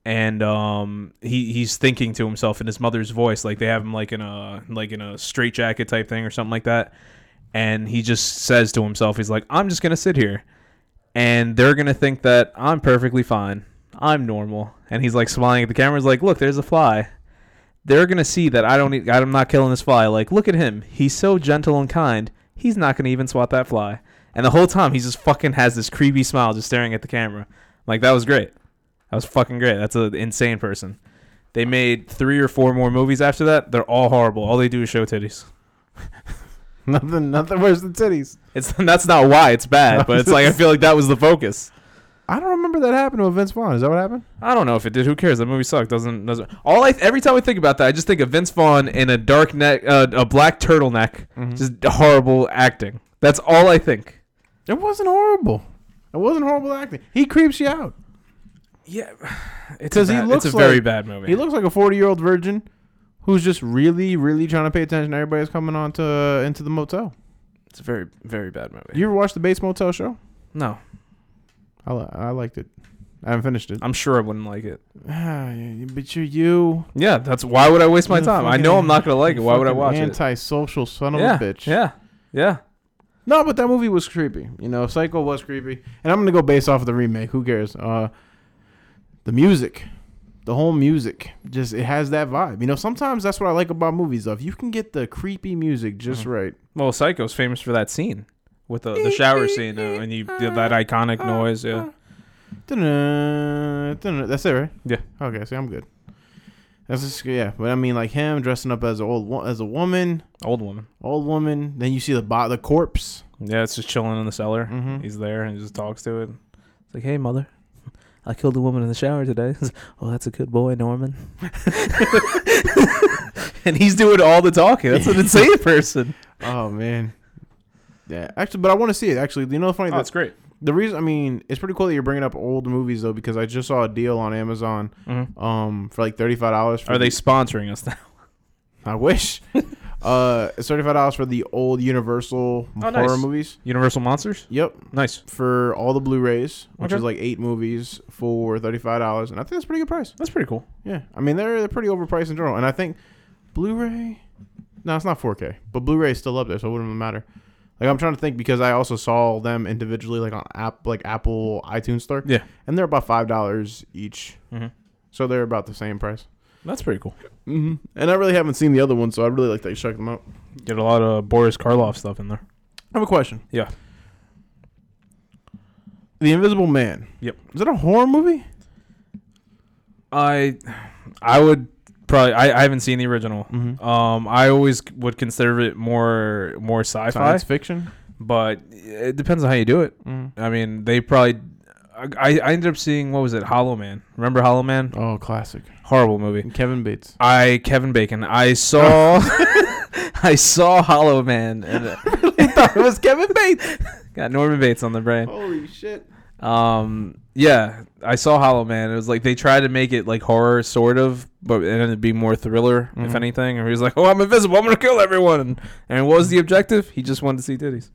[SPEAKER 2] and um, he he's thinking to himself in his mother's voice, like they have him like in a like in a straitjacket type thing or something like that. And he just says to himself, he's like, "I'm just gonna sit here, and they're gonna think that I'm perfectly fine, I'm normal." And he's like smiling at the camera, he's like, "Look, there's a fly. They're gonna see that I don't, e- I'm not killing this fly. Like, look at him. He's so gentle and kind. He's not gonna even swat that fly." And the whole time, he just fucking has this creepy smile, just staring at the camera. Like that was great. That was fucking great. That's an insane person. They made three or four more movies after that. They're all horrible. All they do is show titties.
[SPEAKER 1] nothing, nothing worse than titties.
[SPEAKER 2] It's that's not why it's bad, but it's like I feel like that was the focus.
[SPEAKER 1] I don't remember that happened to Vince Vaughn. Is that what happened?
[SPEAKER 2] I don't know if it did. Who cares? That movie sucked. Doesn't doesn't. All I every time I think about that, I just think of Vince Vaughn in a dark neck, uh, a black turtleneck, just horrible acting. That's all I think.
[SPEAKER 1] It wasn't horrible. It wasn't horrible acting. He creeps you out.
[SPEAKER 2] Yeah, it's
[SPEAKER 1] 'Cause
[SPEAKER 2] a
[SPEAKER 1] he
[SPEAKER 2] bad-
[SPEAKER 1] looks
[SPEAKER 2] it's a very
[SPEAKER 1] like-
[SPEAKER 2] bad movie.
[SPEAKER 1] He looks like a forty-year-old virgin who's just really, really trying to pay attention. to Everybody's coming on to into the motel.
[SPEAKER 2] it's a very very bad movie.
[SPEAKER 1] You ever watch the Bates Motel show?
[SPEAKER 2] no,
[SPEAKER 1] I, li- I liked it. I haven't finished it.
[SPEAKER 2] I'm sure I wouldn't like it.
[SPEAKER 1] Ah, yeah, but you're you.
[SPEAKER 2] Yeah, that's why would I waste my
[SPEAKER 1] You're
[SPEAKER 2] time? I
[SPEAKER 1] fucking-
[SPEAKER 2] know I'm not gonna like it. Why would I
[SPEAKER 1] fucking
[SPEAKER 2] watch it?
[SPEAKER 1] Antisocial son of
[SPEAKER 2] yeah,
[SPEAKER 1] a bitch.
[SPEAKER 2] yeah, yeah.
[SPEAKER 1] No, but that movie was creepy. You know, Psycho was creepy, and I'm gonna go based off of the remake. Who cares? Uh, the music, the whole music, just it has that vibe. You know, sometimes that's what I like about movies. Though, if you can get the creepy music just
[SPEAKER 2] Mm-hmm.
[SPEAKER 1] right,
[SPEAKER 2] Well, Psycho's famous for that scene with the, the shower scene uh, when you did that iconic noise. Yeah,
[SPEAKER 1] Dun-dun, dun-dun. that's it, right?
[SPEAKER 2] Yeah.
[SPEAKER 1] Okay, see, I'm good. That's just yeah, but I mean, like him dressing up as an old wo- as a woman,
[SPEAKER 2] old woman.
[SPEAKER 1] old woman. Then you see the bo- the corpse.
[SPEAKER 2] Yeah, it's just chilling in the cellar.
[SPEAKER 1] Mhm.
[SPEAKER 2] He's there and just talks to it. It's like, hey, mother, I killed a woman in the shower today. oh, that's a good boy, Norman. and he's doing all the talking. That's an insane person.
[SPEAKER 1] Oh man. Yeah, actually, but I want to see it. Actually, you know, the
[SPEAKER 2] Oh,
[SPEAKER 1] funny that's
[SPEAKER 2] great.
[SPEAKER 1] The reason, I mean, it's pretty cool that you're bringing up old movies though, because I just saw a deal on Amazon,
[SPEAKER 2] Mm-hmm.
[SPEAKER 1] um, for like thirty five dollars.
[SPEAKER 2] Are they sponsoring us now?
[SPEAKER 1] I wish. uh, it's thirty five dollars for the old Universal
[SPEAKER 2] Oh,
[SPEAKER 1] horror
[SPEAKER 2] nice.
[SPEAKER 1] movies.
[SPEAKER 2] Universal Monsters?
[SPEAKER 1] Yep,
[SPEAKER 2] Nice.
[SPEAKER 1] for all the Blu-rays, which
[SPEAKER 2] Okay.
[SPEAKER 1] is like eight movies for thirty five dollars, and I think that's a pretty good price.
[SPEAKER 2] That's pretty cool.
[SPEAKER 1] Yeah, I mean they're they're pretty overpriced in general, and I think Blu-ray. No, it's not 4K, but Blu-ray is still up there, so it wouldn't matter. Like I'm trying to think because I also saw them individually, like on app, like Apple iTunes Store.
[SPEAKER 2] Yeah.
[SPEAKER 1] and they're about five dollars each,
[SPEAKER 2] Mhm.
[SPEAKER 1] so they're about the same price.
[SPEAKER 2] That's pretty cool.
[SPEAKER 1] Mm-hmm. And I really haven't seen the other one, so I'd really like to check them out.
[SPEAKER 2] Get a lot of Boris Karloff stuff in there.
[SPEAKER 1] I have a question.
[SPEAKER 2] Yeah.
[SPEAKER 1] The Invisible Man.
[SPEAKER 2] Yep.
[SPEAKER 1] Is that a horror movie?
[SPEAKER 2] I, I would probably. I, I haven't seen the original.
[SPEAKER 1] Mm-hmm.
[SPEAKER 2] Um, I always would consider it more more sci-fi,
[SPEAKER 1] Science fiction.
[SPEAKER 2] but it depends on how you do it.
[SPEAKER 1] Mm.
[SPEAKER 2] I mean, they probably. I, I ended up seeing what was it? Hollow Man. Remember Hollow Man?
[SPEAKER 1] Oh, classic.
[SPEAKER 2] Horrible movie.
[SPEAKER 1] Kevin Bates.
[SPEAKER 2] I Kevin Bacon. I saw. I saw Hollow Man and
[SPEAKER 1] it was Kevin Bates.
[SPEAKER 2] got Norman Bates on the brain.
[SPEAKER 1] Holy shit.
[SPEAKER 2] Um, yeah, I saw Hollow Man. It was like they tried to make it like horror, sort of, but it ended up being more thriller, if
[SPEAKER 1] Mhm.
[SPEAKER 2] anything. And he was like, "Oh, I'm invisible. I'm gonna kill everyone." And, and what was the objective? He just wanted to see titties.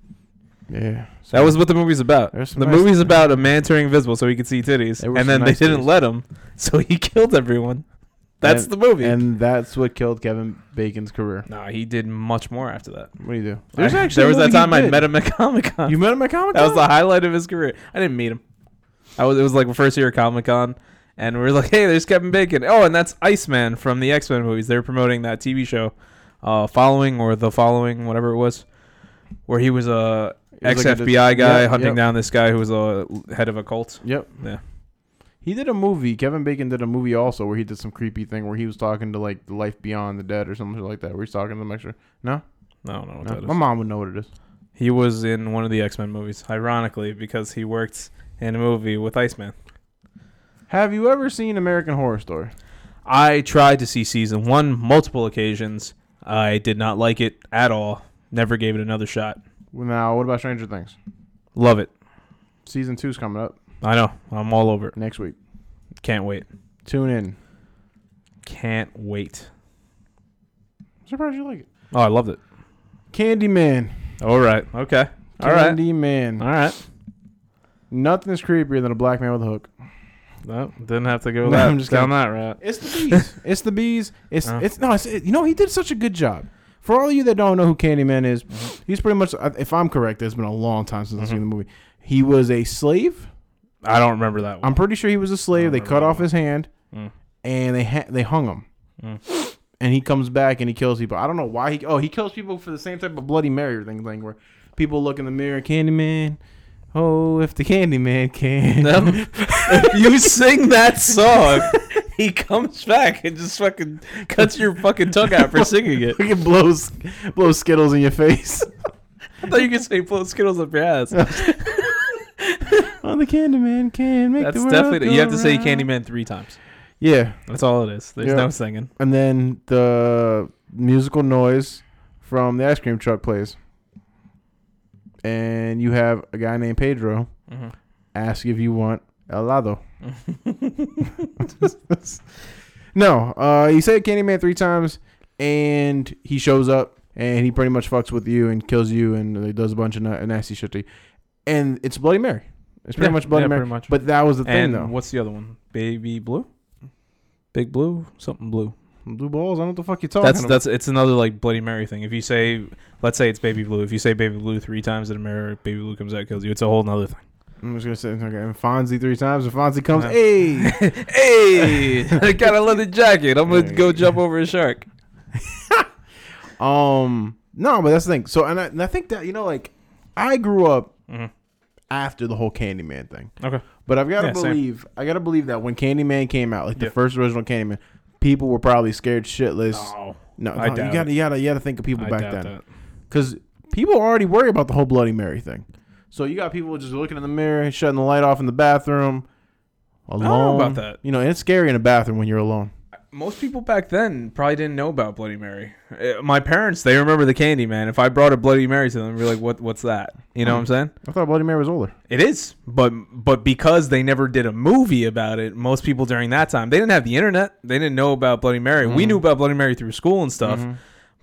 [SPEAKER 1] Yeah. So
[SPEAKER 2] That was what the movie's about.
[SPEAKER 1] There's some
[SPEAKER 2] The
[SPEAKER 1] nice-
[SPEAKER 2] movie's about a man turning invisible so he could see titties,
[SPEAKER 1] There were
[SPEAKER 2] and
[SPEAKER 1] some
[SPEAKER 2] then
[SPEAKER 1] nice
[SPEAKER 2] they didn't
[SPEAKER 1] titties.
[SPEAKER 2] let him, so he killed everyone. That's the movie.
[SPEAKER 1] And that's what killed Kevin Bacon's career.
[SPEAKER 2] nah, he did much more after that.
[SPEAKER 1] What do you do?
[SPEAKER 2] I- there was that time I met him at Comic Con.
[SPEAKER 1] You met him at Comic
[SPEAKER 2] That
[SPEAKER 1] Con.
[SPEAKER 2] was the highlight of his career. I didn't meet him. I was it was like my first year at Comic Con, and we were like, "Hey, there's Kevin Bacon." Oh, and that's Iceman from the X Men movies. They were promoting that TV show, uh, Following or the Following, whatever it was, where he was a
[SPEAKER 1] He was
[SPEAKER 2] ex
[SPEAKER 1] like a-
[SPEAKER 2] FBI guy
[SPEAKER 1] yep,
[SPEAKER 2] hunting
[SPEAKER 1] yep.
[SPEAKER 2] down this guy who was a head of a cult.
[SPEAKER 1] Yep.
[SPEAKER 2] Yeah.
[SPEAKER 1] He did a movie. Kevin Bacon did a movie also where he did some creepy thing where he was talking to like the life beyond the dead or something like that. Where he's talking to them extra. No,
[SPEAKER 2] I don't know what
[SPEAKER 1] no.
[SPEAKER 2] that
[SPEAKER 1] my
[SPEAKER 2] is.
[SPEAKER 1] mom would know what it is.
[SPEAKER 2] He was in one of the X Men movies, ironically, because he worked in a movie with Iceman.
[SPEAKER 1] Have you ever seen American Horror Story?
[SPEAKER 2] I tried to see season one multiple occasions. I did not like it at all. Never gave it another shot.
[SPEAKER 1] Now, what about Stranger Things?
[SPEAKER 2] Love it.
[SPEAKER 1] Season two's coming up
[SPEAKER 2] I know. I'm all over it.
[SPEAKER 1] next week.
[SPEAKER 2] Can't wait.
[SPEAKER 1] Tune in.
[SPEAKER 2] Can't wait.
[SPEAKER 1] I'm surprised you like it.
[SPEAKER 2] Oh, I loved it.
[SPEAKER 1] Candyman.
[SPEAKER 2] All right. Okay. All right.
[SPEAKER 1] Candyman.
[SPEAKER 2] All right.
[SPEAKER 1] Nothing's creepier than a black man with a hook.
[SPEAKER 2] No, didn't have to go
[SPEAKER 1] No,
[SPEAKER 2] that,
[SPEAKER 1] I'm just
[SPEAKER 2] down that route.
[SPEAKER 1] It's the bees. it's the bees. It's
[SPEAKER 2] Oh.
[SPEAKER 1] it's no. It's it, you know he did such a good job. For all of you that don't know who Candyman is,
[SPEAKER 2] Mm-hmm.
[SPEAKER 1] he's pretty much. I- If I'm correct, it's been a long time since I've seen the movie. He was a slave.
[SPEAKER 2] I don't remember that one.
[SPEAKER 1] I'm pretty sure he was a slave. They cut off his hand,
[SPEAKER 2] Mm.
[SPEAKER 1] and they ha- they hung him. And he comes back and he kills people. I don't know why he. Oh, he kills people for the same type of Bloody Mary thing, thing where people look in the mirror. Candyman. Oh, if the Candyman can.
[SPEAKER 2] No. if you sing that song, he comes back and just fucking cuts your fucking tongue out for singing it.
[SPEAKER 1] We can blow, s- blow Skittles in your face.
[SPEAKER 2] I thought you could say blow Skittles up your ass.
[SPEAKER 1] On Oh, the Candyman can make
[SPEAKER 2] That's
[SPEAKER 1] the world
[SPEAKER 2] definitely
[SPEAKER 1] go
[SPEAKER 2] you have to say
[SPEAKER 1] round.
[SPEAKER 2] Candyman three times.
[SPEAKER 1] Yeah,
[SPEAKER 2] That's all it is. There's
[SPEAKER 1] Yeah.
[SPEAKER 2] no singing.
[SPEAKER 1] and then the musical noise from the ice cream truck plays, and you have a guy named Pedro ask if you want helado. no, uh, he said Candyman three times, and he shows up and he pretty much fucks with you and kills you and he does a bunch of na- nasty shit to you. And it's Bloody Mary. It's pretty
[SPEAKER 2] Yeah,
[SPEAKER 1] much Bloody
[SPEAKER 2] yeah,
[SPEAKER 1] Mary.
[SPEAKER 2] pretty much.
[SPEAKER 1] But that was the thing,
[SPEAKER 2] and
[SPEAKER 1] though.
[SPEAKER 2] what's the other one? Baby blue, big blue, something blue.
[SPEAKER 1] Blue balls. Oh, I don't know what the fuck you talking
[SPEAKER 2] That's
[SPEAKER 1] about.
[SPEAKER 2] that's it's another like Bloody Mary thing. If you say, let's say it's baby blue. If you say baby blue three times in a mirror, baby blue comes out and kills you. It's a whole nother thing.
[SPEAKER 1] I'm just gonna say okay. And Fonzie three times. And Fonzie comes.
[SPEAKER 2] Yeah.
[SPEAKER 1] Hey,
[SPEAKER 2] hey, I got a leather jacket. I'm
[SPEAKER 1] gonna go jump
[SPEAKER 2] over a shark.
[SPEAKER 1] um, no, but that's the thing. So, and I, and I think that you know, like, I grew up
[SPEAKER 2] Mhm.
[SPEAKER 1] after the whole Candyman thing.
[SPEAKER 2] Okay.
[SPEAKER 1] But I've got to
[SPEAKER 2] Yeah, same.
[SPEAKER 1] believe, I got to believe that when Candyman came out, like the
[SPEAKER 2] Yeah.
[SPEAKER 1] first original Candyman, people were probably scared shitless.
[SPEAKER 2] Oh,
[SPEAKER 1] No,
[SPEAKER 2] I
[SPEAKER 1] no, you
[SPEAKER 2] doubt
[SPEAKER 1] got to, you got to, you got to think of people
[SPEAKER 2] I
[SPEAKER 1] back
[SPEAKER 2] doubt
[SPEAKER 1] then,
[SPEAKER 2] that.
[SPEAKER 1] because people already worry about the whole Bloody Mary thing. So you got people just looking in the mirror, shutting the light off in the bathroom, alone.
[SPEAKER 2] I don't know about that.
[SPEAKER 1] You know, and it's scary in a bathroom when you're alone.
[SPEAKER 2] Most people back then probably didn't know about Bloody Mary. Uh, My parents, they remember the candy man. If I brought a Bloody Mary to them, they'd be like, "What? What's that?" You
[SPEAKER 1] Hmm.
[SPEAKER 2] know what I'm saying?
[SPEAKER 1] I thought Bloody Mary was older.
[SPEAKER 2] It is, but but because they never did a movie about it, most people during that time they didn't have the internet. They didn't know about Bloody Mary. We knew about Bloody Mary through school and
[SPEAKER 1] Mm-hmm.
[SPEAKER 2] stuff.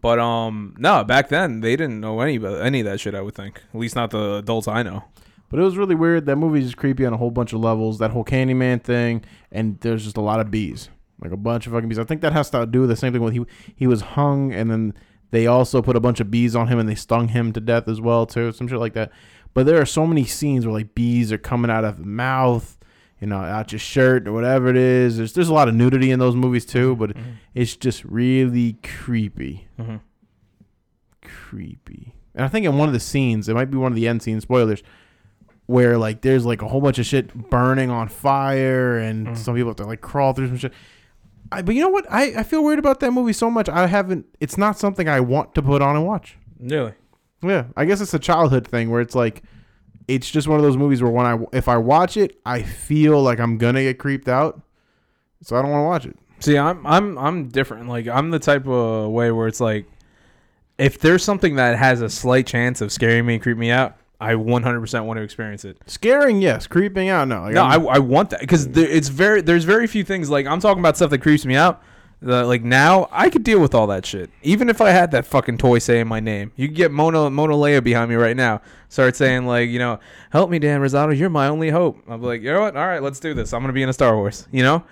[SPEAKER 2] But um, no, back then they didn't know any about any of that shit. I would think, at least not the adults I know.
[SPEAKER 1] But it was really weird. That movie's just creepy on a whole bunch of levels. That whole Candyman thing, and there's just a lot of bees, like a bunch of fucking bees. I think that has to do with the same thing with he he was hung, and then they also put a bunch of bees on him, and they stung him to death as well too, some shit like that. But there are so many scenes where like bees are coming out of the mouth, you know, out your shirt or whatever it is. There's there's a lot of nudity in those movies too, but it's just really creepy
[SPEAKER 2] Mhm.
[SPEAKER 1] creepy. And I think in one of the scenes, it might be one of the end scenes, spoilers, where like there's like a whole bunch of shit burning on fire and
[SPEAKER 2] Mm.
[SPEAKER 1] some people have to like crawl through some shit. I, but you know what? I, I feel weird about that movie so much. I haven't, it's not something I want to put on and watch.
[SPEAKER 2] Really?
[SPEAKER 1] Yeah. I guess it's a childhood thing where it's like, it's just one of those movies where when I, if I watch it, I feel like I'm going to get creeped out. So I don't want to watch it.
[SPEAKER 2] See, I'm I'm I'm different. Like I'm the type of way where it's like, if there's something that has a slight chance of scaring me and creep me out, I 100% want to experience it.
[SPEAKER 1] Scaring, yes. Creeping out, no. Like,
[SPEAKER 2] No,
[SPEAKER 1] I'm-
[SPEAKER 2] I, I want that because there, it's very there's very few things like I'm talking about stuff that creeps me out. That, like now, I could deal with all that shit. Even if I had that fucking toy saying my name, you could get Mona Mona Leia behind me right now. Start saying like, you know, help me, Dan Rosado, you're my only hope. I'm like, you know what? All right, let's do this. I'm gonna be in a Star Wars. You know,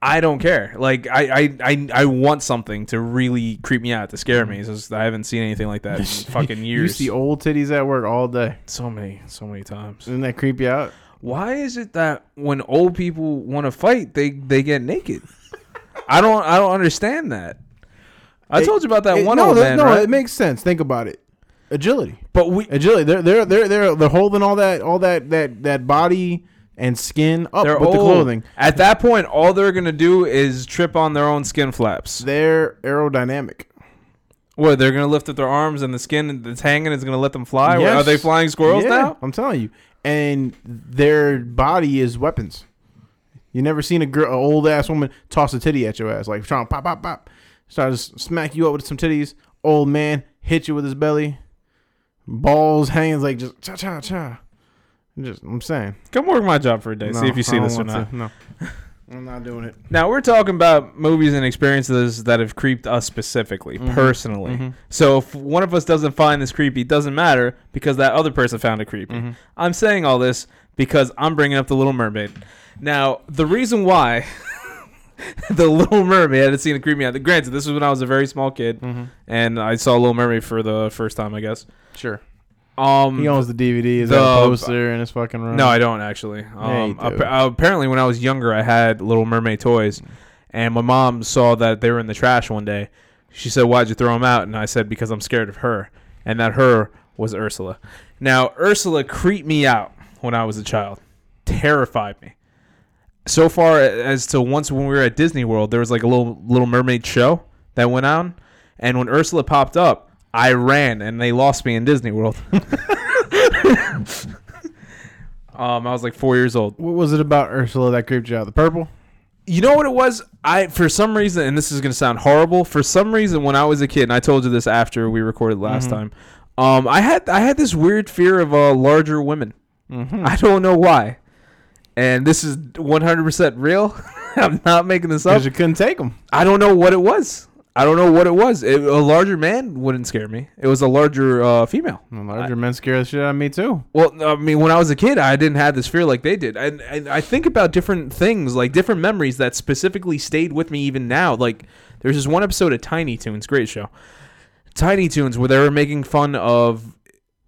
[SPEAKER 2] I don't care. Like I I, I, I want something to really creep me out to scare me. It's just, I haven't seen anything like that in fucking
[SPEAKER 1] you
[SPEAKER 2] years.
[SPEAKER 1] see old titties at work all day.
[SPEAKER 2] so many so many times.
[SPEAKER 1] Doesn't that creep you out?
[SPEAKER 2] Why is it that when old people want to fight, they they get naked? I don't I don't understand that. I
[SPEAKER 1] It-
[SPEAKER 2] told you about that
[SPEAKER 1] It-
[SPEAKER 2] one
[SPEAKER 1] no,
[SPEAKER 2] old
[SPEAKER 1] that-
[SPEAKER 2] man,
[SPEAKER 1] no,
[SPEAKER 2] right?
[SPEAKER 1] it makes sense. Think about it. Agility,
[SPEAKER 2] but we
[SPEAKER 1] agility. They're they're they're they're, they're holding all that all that that that body and skin up
[SPEAKER 2] they're
[SPEAKER 1] with
[SPEAKER 2] old.
[SPEAKER 1] the clothing.
[SPEAKER 2] At that point, all they're gonna do is trip on their own skin flaps.
[SPEAKER 1] They're aerodynamic.
[SPEAKER 2] What they're gonna lift up their arms and the skin that's hanging is gonna let them fly. Are
[SPEAKER 1] Yes.
[SPEAKER 2] they flying squirrels
[SPEAKER 1] Yeah,
[SPEAKER 2] now?
[SPEAKER 1] I'm telling you. And their body is weapons. You never seen a girl, an old ass woman toss a titty at your ass like trying to pop pop pop. Try to s- smack you up with some titties. Old man hit you with his belly. Balls hanging like just cha cha cha. Just I'm saying.
[SPEAKER 2] Come work my job for a day. see if you
[SPEAKER 1] I
[SPEAKER 2] see
[SPEAKER 1] don't
[SPEAKER 2] this or
[SPEAKER 1] want
[SPEAKER 2] not.
[SPEAKER 1] to. No. I'm not doing it.
[SPEAKER 2] Now we're talking about movies and experiences that have creeped us specifically,
[SPEAKER 1] Mm-hmm.
[SPEAKER 2] personally. So if one of us doesn't find this creepy, it doesn't matter because that other person found it creepy.
[SPEAKER 1] Mm-hmm.
[SPEAKER 2] I'm saying all this because I'm bringing up the Little Mermaid. Now the reason why the Little Mermaid hadn't seen it creep me out. Granted, this was when I was a very small kid, and I saw Little Mermaid for the first time, I guess.
[SPEAKER 1] Sure.
[SPEAKER 2] Um,
[SPEAKER 1] He owns the DVD. Is
[SPEAKER 2] The-
[SPEAKER 1] that a poster in his fucking room?
[SPEAKER 2] no, I don't actually.
[SPEAKER 1] Yeah, you
[SPEAKER 2] Um, appa-
[SPEAKER 1] do.
[SPEAKER 2] apparently, when I was younger, I had Little Mermaid toys, and my mom saw that they were in the trash one day. She said, "Why'd you throw them out?" And I said, "Because I'm scared of her," and that her was Ursula. Now, Ursula creeped me out when I was a child, terrified me. so far as to once when we were at Disney World, there was like a little Little Mermaid show that went on, and when Ursula popped up, I ran and they lost me in Disney World. um, I was like four years old.
[SPEAKER 1] What was it about Ursula that creeped you out? The purple?
[SPEAKER 2] You know what it was? I for some reason, and this is gonna sound horrible. For some reason, when I was a kid, and I told you this after we recorded last time, um, I had I had this weird fear of uh, larger women.
[SPEAKER 1] Mm-hmm.
[SPEAKER 2] I don't know why, and this is 100% real. I'm not making this up.
[SPEAKER 1] Because you couldn't take them.
[SPEAKER 2] I don't know what it was. I don't know what it was. It, a larger man wouldn't scare me. It was a larger uh, female.
[SPEAKER 1] Larger men scare the shit out of me too.
[SPEAKER 2] Well, I mean, when I was a kid, I didn't have this fear like they did. And, and I think about different things, like different memories that specifically stayed with me even now. Like, there's this one episode of Tiny Toons, great show. Tiny Toons, where they were making fun of.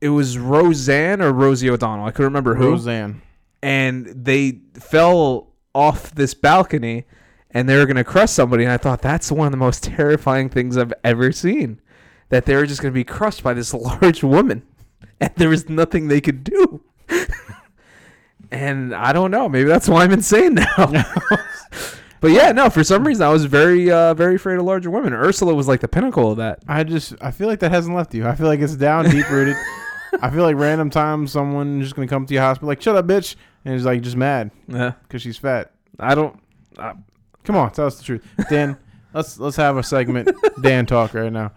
[SPEAKER 2] It was Roseanne or Rosie O'Donnell. I couldn't remember who
[SPEAKER 1] Roseanne.
[SPEAKER 2] and they fell off this balcony and they were going to crush somebody and i thought that's one of the most terrifying things i've ever seen that they were just going to be crushed by this large woman and there was nothing they could do and i don't know maybe that's why i'm insane now but yeah no for some reason i was very uh, very afraid of larger women ursula was like the pinnacle of that
[SPEAKER 1] I just I feel like that hasn't left you. I feel like it's down deep rooted. I feel like random times someone just gonna come to your hospital like shut up bitch and is like just mad
[SPEAKER 2] yeah
[SPEAKER 1] because she's fat.
[SPEAKER 2] i don't
[SPEAKER 1] Come on, tell us the truth, Dan. let's let's have a segment Dan talk right now.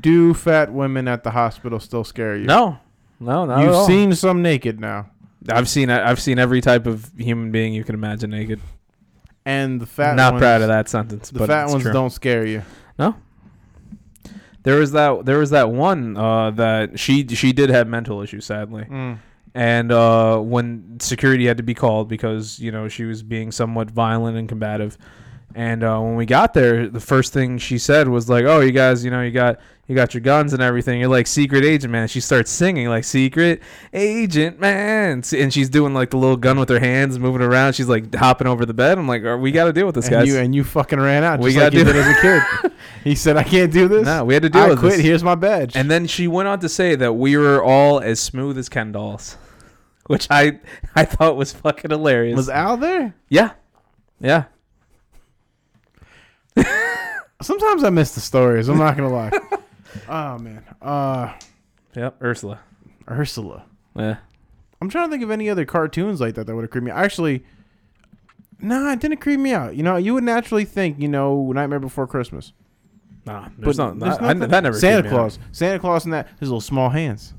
[SPEAKER 1] Do fat women at the hospital still scare you?
[SPEAKER 2] no no not at
[SPEAKER 1] You've
[SPEAKER 2] all.
[SPEAKER 1] seen some naked now,
[SPEAKER 2] i've seen i've seen every type of human being you can imagine naked
[SPEAKER 1] and the fat
[SPEAKER 2] not
[SPEAKER 1] ones,
[SPEAKER 2] proud of that sentence.
[SPEAKER 1] The
[SPEAKER 2] but
[SPEAKER 1] fat
[SPEAKER 2] it's
[SPEAKER 1] ones
[SPEAKER 2] true.
[SPEAKER 1] don't scare you.
[SPEAKER 2] There was that. There was that one uh, that she she did have mental issues, sadly,
[SPEAKER 1] Mm.
[SPEAKER 2] and uh, when security had to be called because you know she was being somewhat violent and combative. And uh, when we got there, the first thing she said was like, "Oh, you guys, you know, you got you got your guns and everything. You're like secret agent man." She starts singing like secret agent man, and she's doing like the little gun with her hands, moving around. She's like hopping over the bed. I'm like, "Oh, "We got to deal with this,
[SPEAKER 1] and
[SPEAKER 2] guys."
[SPEAKER 1] you and you fucking ran out.
[SPEAKER 2] We
[SPEAKER 1] just like
[SPEAKER 2] gotta
[SPEAKER 1] you
[SPEAKER 2] do-
[SPEAKER 1] did as a kid. he said, "I can't do this.
[SPEAKER 2] no, we had to deal
[SPEAKER 1] I
[SPEAKER 2] with
[SPEAKER 1] quit.
[SPEAKER 2] this.
[SPEAKER 1] Here's my badge."
[SPEAKER 2] And then she went on to say that we were all as smooth as Ken dolls, which I I thought was fucking hilarious.
[SPEAKER 1] was Al there?
[SPEAKER 2] yeah, yeah.
[SPEAKER 1] Sometimes I miss the stories. I'm not gonna lie. oh man, uh,
[SPEAKER 2] Yep, Ursula.
[SPEAKER 1] Ursula.
[SPEAKER 2] Yeah.
[SPEAKER 1] I'm trying to think of any other cartoons like that that would have creeped me. out. Actually, no, it didn't creep me out. You know, you would naturally think, you know, Nightmare Before Christmas.
[SPEAKER 2] Nah, there's
[SPEAKER 1] But
[SPEAKER 2] not,
[SPEAKER 1] there's
[SPEAKER 2] that- I-
[SPEAKER 1] nothing-
[SPEAKER 2] that never
[SPEAKER 1] Santa
[SPEAKER 2] creeped me out.
[SPEAKER 1] Claus, Santa Claus, and that his little small hands,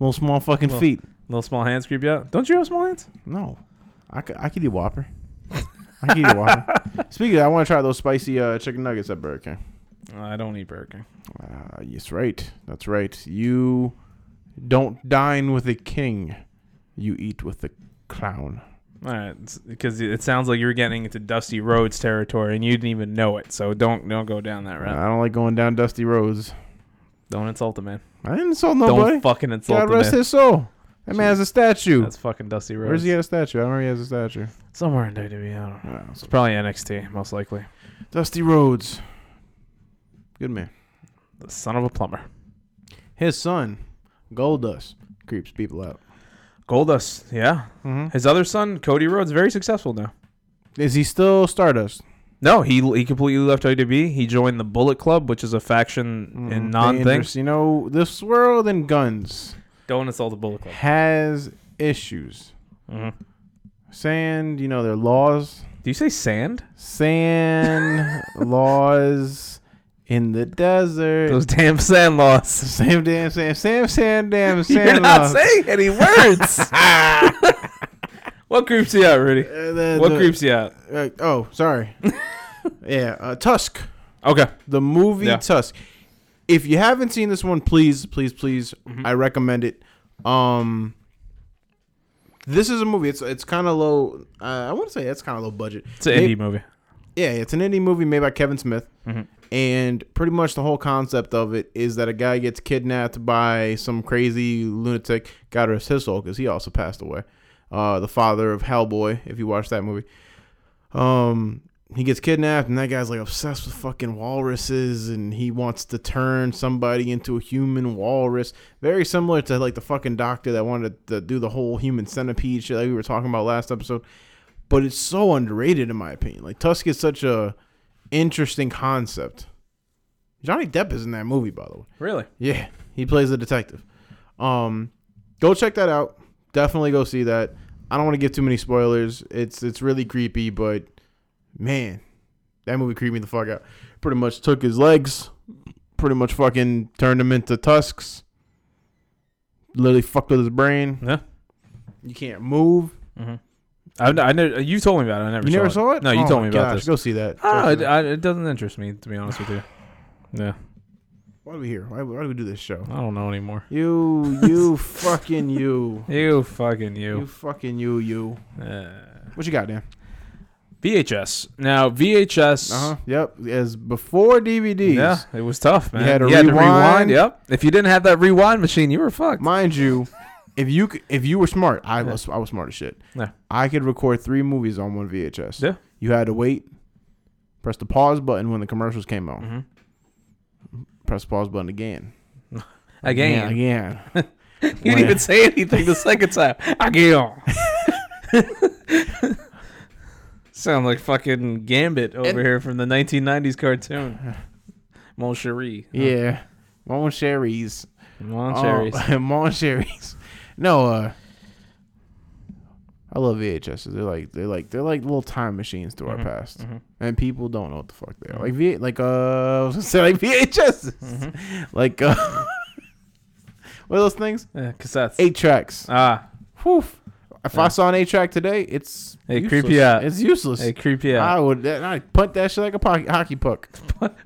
[SPEAKER 1] little small fucking
[SPEAKER 2] Well-
[SPEAKER 1] feet.
[SPEAKER 2] Little small hands creep you out. Don't you have small hands?
[SPEAKER 1] No, I could, I could eat Whopper. I could eat a Whopper. Speaking of, that, I want to try those spicy uh, chicken nuggets at Burger King.
[SPEAKER 2] I don't eat Burger King.
[SPEAKER 1] Uh, yes, right. That's right. You don't dine with a king. You eat with a clown.
[SPEAKER 2] All right, because it sounds like you're getting into Dusty Roads territory, and you didn't even know it. So don't don't go down that route.
[SPEAKER 1] I don't like going down dusty roads.
[SPEAKER 2] Don't insult the man.
[SPEAKER 1] I didn't insult nobody.
[SPEAKER 2] Don't fucking insult
[SPEAKER 1] God
[SPEAKER 2] the
[SPEAKER 1] rest
[SPEAKER 2] man.
[SPEAKER 1] his soul. That man has a statue.
[SPEAKER 2] That's fucking Dusty Roads.
[SPEAKER 1] Where's he at a statue? I remember he has a statue.
[SPEAKER 2] Somewhere in WWE. I don't know.
[SPEAKER 1] Oh, so-
[SPEAKER 2] It's probably NXT, most likely.
[SPEAKER 1] Dusty Rhodes. Good man.
[SPEAKER 2] The son of a plumber.
[SPEAKER 1] His son, Goldust, creeps people out.
[SPEAKER 2] Goldust, yeah.
[SPEAKER 1] Mm-hmm.
[SPEAKER 2] His other son, Cody Rhodes, very successful now.
[SPEAKER 1] Is he still Stardust?
[SPEAKER 2] No, he he completely left WWE. He joined the Bullet Club, which is a faction in
[SPEAKER 1] Mm,
[SPEAKER 2] non
[SPEAKER 1] dangerous.
[SPEAKER 2] things.
[SPEAKER 1] You know, this world and guns
[SPEAKER 2] Don't insult the Bullet Club.
[SPEAKER 1] has issues.
[SPEAKER 2] hmm
[SPEAKER 1] Sand, you know, their laws.
[SPEAKER 2] Do you say sand?
[SPEAKER 1] Sand laws in the desert.
[SPEAKER 2] Those damn sand laws.
[SPEAKER 1] Sam, damn, Sam, Sam, Sam, damn, Sam.
[SPEAKER 2] You're not
[SPEAKER 1] laws.
[SPEAKER 2] saying any words. what creeps you out, Rudy?
[SPEAKER 1] Uh, the-
[SPEAKER 2] What
[SPEAKER 1] the-
[SPEAKER 2] creeps you out?
[SPEAKER 1] Uh, oh, sorry. yeah, uh, Tusk,
[SPEAKER 2] Okay.
[SPEAKER 1] the movie
[SPEAKER 2] Yeah.
[SPEAKER 1] Tusk. If you haven't seen this one, please, please, please,
[SPEAKER 2] Mm-hmm.
[SPEAKER 1] I recommend it. Um, this is a movie. It's it's kind of low. Uh, I want to say it's kind of low budget.
[SPEAKER 2] It's an
[SPEAKER 1] They-
[SPEAKER 2] indie movie.
[SPEAKER 1] Yeah, it's an indie movie made by Kevin Smith,
[SPEAKER 2] Mhm.
[SPEAKER 1] and pretty much the whole concept of it is that a guy gets kidnapped by some crazy lunatic. God rest his soul, because he also passed away. Uh, the father of Hellboy, if you watch that movie. Um, he gets kidnapped, and that guy's like obsessed with fucking walruses, and he wants to turn somebody into a human walrus. Very similar to like the fucking doctor that wanted to do the whole human centipede shit that we were talking about last episode. but it's so underrated in my opinion. Like Tusk is such a interesting concept. Johnny Depp is in that movie, by the way.
[SPEAKER 2] Really?
[SPEAKER 1] Yeah, he plays a detective. Um, go check that out. Definitely go see that. I don't want to give too many spoilers. It's it's really creepy, but man, that movie creeped me the fuck out. Pretty much took his legs, pretty much fucking turned him into tusks. Literally fucked with his brain.
[SPEAKER 2] Yeah.
[SPEAKER 1] You can't move.
[SPEAKER 2] Mm-hmm. I, I never, you told me about it. I never.
[SPEAKER 1] You
[SPEAKER 2] saw
[SPEAKER 1] never
[SPEAKER 2] it.
[SPEAKER 1] saw it?
[SPEAKER 2] No, you
[SPEAKER 1] Oh
[SPEAKER 2] told
[SPEAKER 1] my
[SPEAKER 2] me about
[SPEAKER 1] gosh,
[SPEAKER 2] this.
[SPEAKER 1] Go see that. Uh,
[SPEAKER 2] I
[SPEAKER 1] Go
[SPEAKER 2] don't know,
[SPEAKER 1] see
[SPEAKER 2] it,
[SPEAKER 1] that.
[SPEAKER 2] I, it doesn't interest me, to be honest with you. Yeah,
[SPEAKER 1] Why are we here? Why, why do we do this show?
[SPEAKER 2] I don't know anymore.
[SPEAKER 1] You, you, fucking you.
[SPEAKER 2] You fucking you.
[SPEAKER 1] You fucking you, you.
[SPEAKER 2] Uh,
[SPEAKER 1] What you got, Dan?
[SPEAKER 2] VHS. Now VHS.
[SPEAKER 1] Uh huh. Yep. As before DVDs.
[SPEAKER 2] Uh-huh. Yeah, it was tough, man.
[SPEAKER 1] had to rewind.
[SPEAKER 2] Yep. If you didn't have that rewind machine, you were fucked.
[SPEAKER 1] Mind you, if you c- if you were smart, I
[SPEAKER 2] Yeah.
[SPEAKER 1] was I was smart as shit.
[SPEAKER 2] Yeah.
[SPEAKER 1] I could record three movies on one VHS.
[SPEAKER 2] Yeah.
[SPEAKER 1] You had to wait, press the pause button when the commercials came on.
[SPEAKER 2] hmm
[SPEAKER 1] Press the pause button again.
[SPEAKER 2] Again, Uh-huh.
[SPEAKER 1] Again. again.
[SPEAKER 2] you didn't even say anything the second time. Again. Sound like fucking Gambit over
[SPEAKER 1] And-
[SPEAKER 2] here from the 1990s cartoon. Mon Cherie.
[SPEAKER 1] yeah. Mon Cherries.
[SPEAKER 2] Mon Cheries.
[SPEAKER 1] Oh, Mon Cherries. No, uh I love VHSs. They're like they're like they're like little time machines to our
[SPEAKER 2] Mhm.
[SPEAKER 1] past.
[SPEAKER 2] Mhm.
[SPEAKER 1] and people don't know what the fuck they
[SPEAKER 2] Mm-hmm.
[SPEAKER 1] are. Like v- like uh, I was gonna say like VHS,
[SPEAKER 2] Mm-hmm.
[SPEAKER 1] like uh, what are those things?
[SPEAKER 2] Yeah, cassettes.
[SPEAKER 1] Eight tracks.
[SPEAKER 2] Ah,
[SPEAKER 1] Whew. If
[SPEAKER 2] Yeah.
[SPEAKER 1] I saw an eight track today, it's
[SPEAKER 2] It
[SPEAKER 1] useless.
[SPEAKER 2] creep you out.
[SPEAKER 1] It's useless.
[SPEAKER 2] they creep you out.
[SPEAKER 1] I would I punt that shit like a pocket, hockey puck.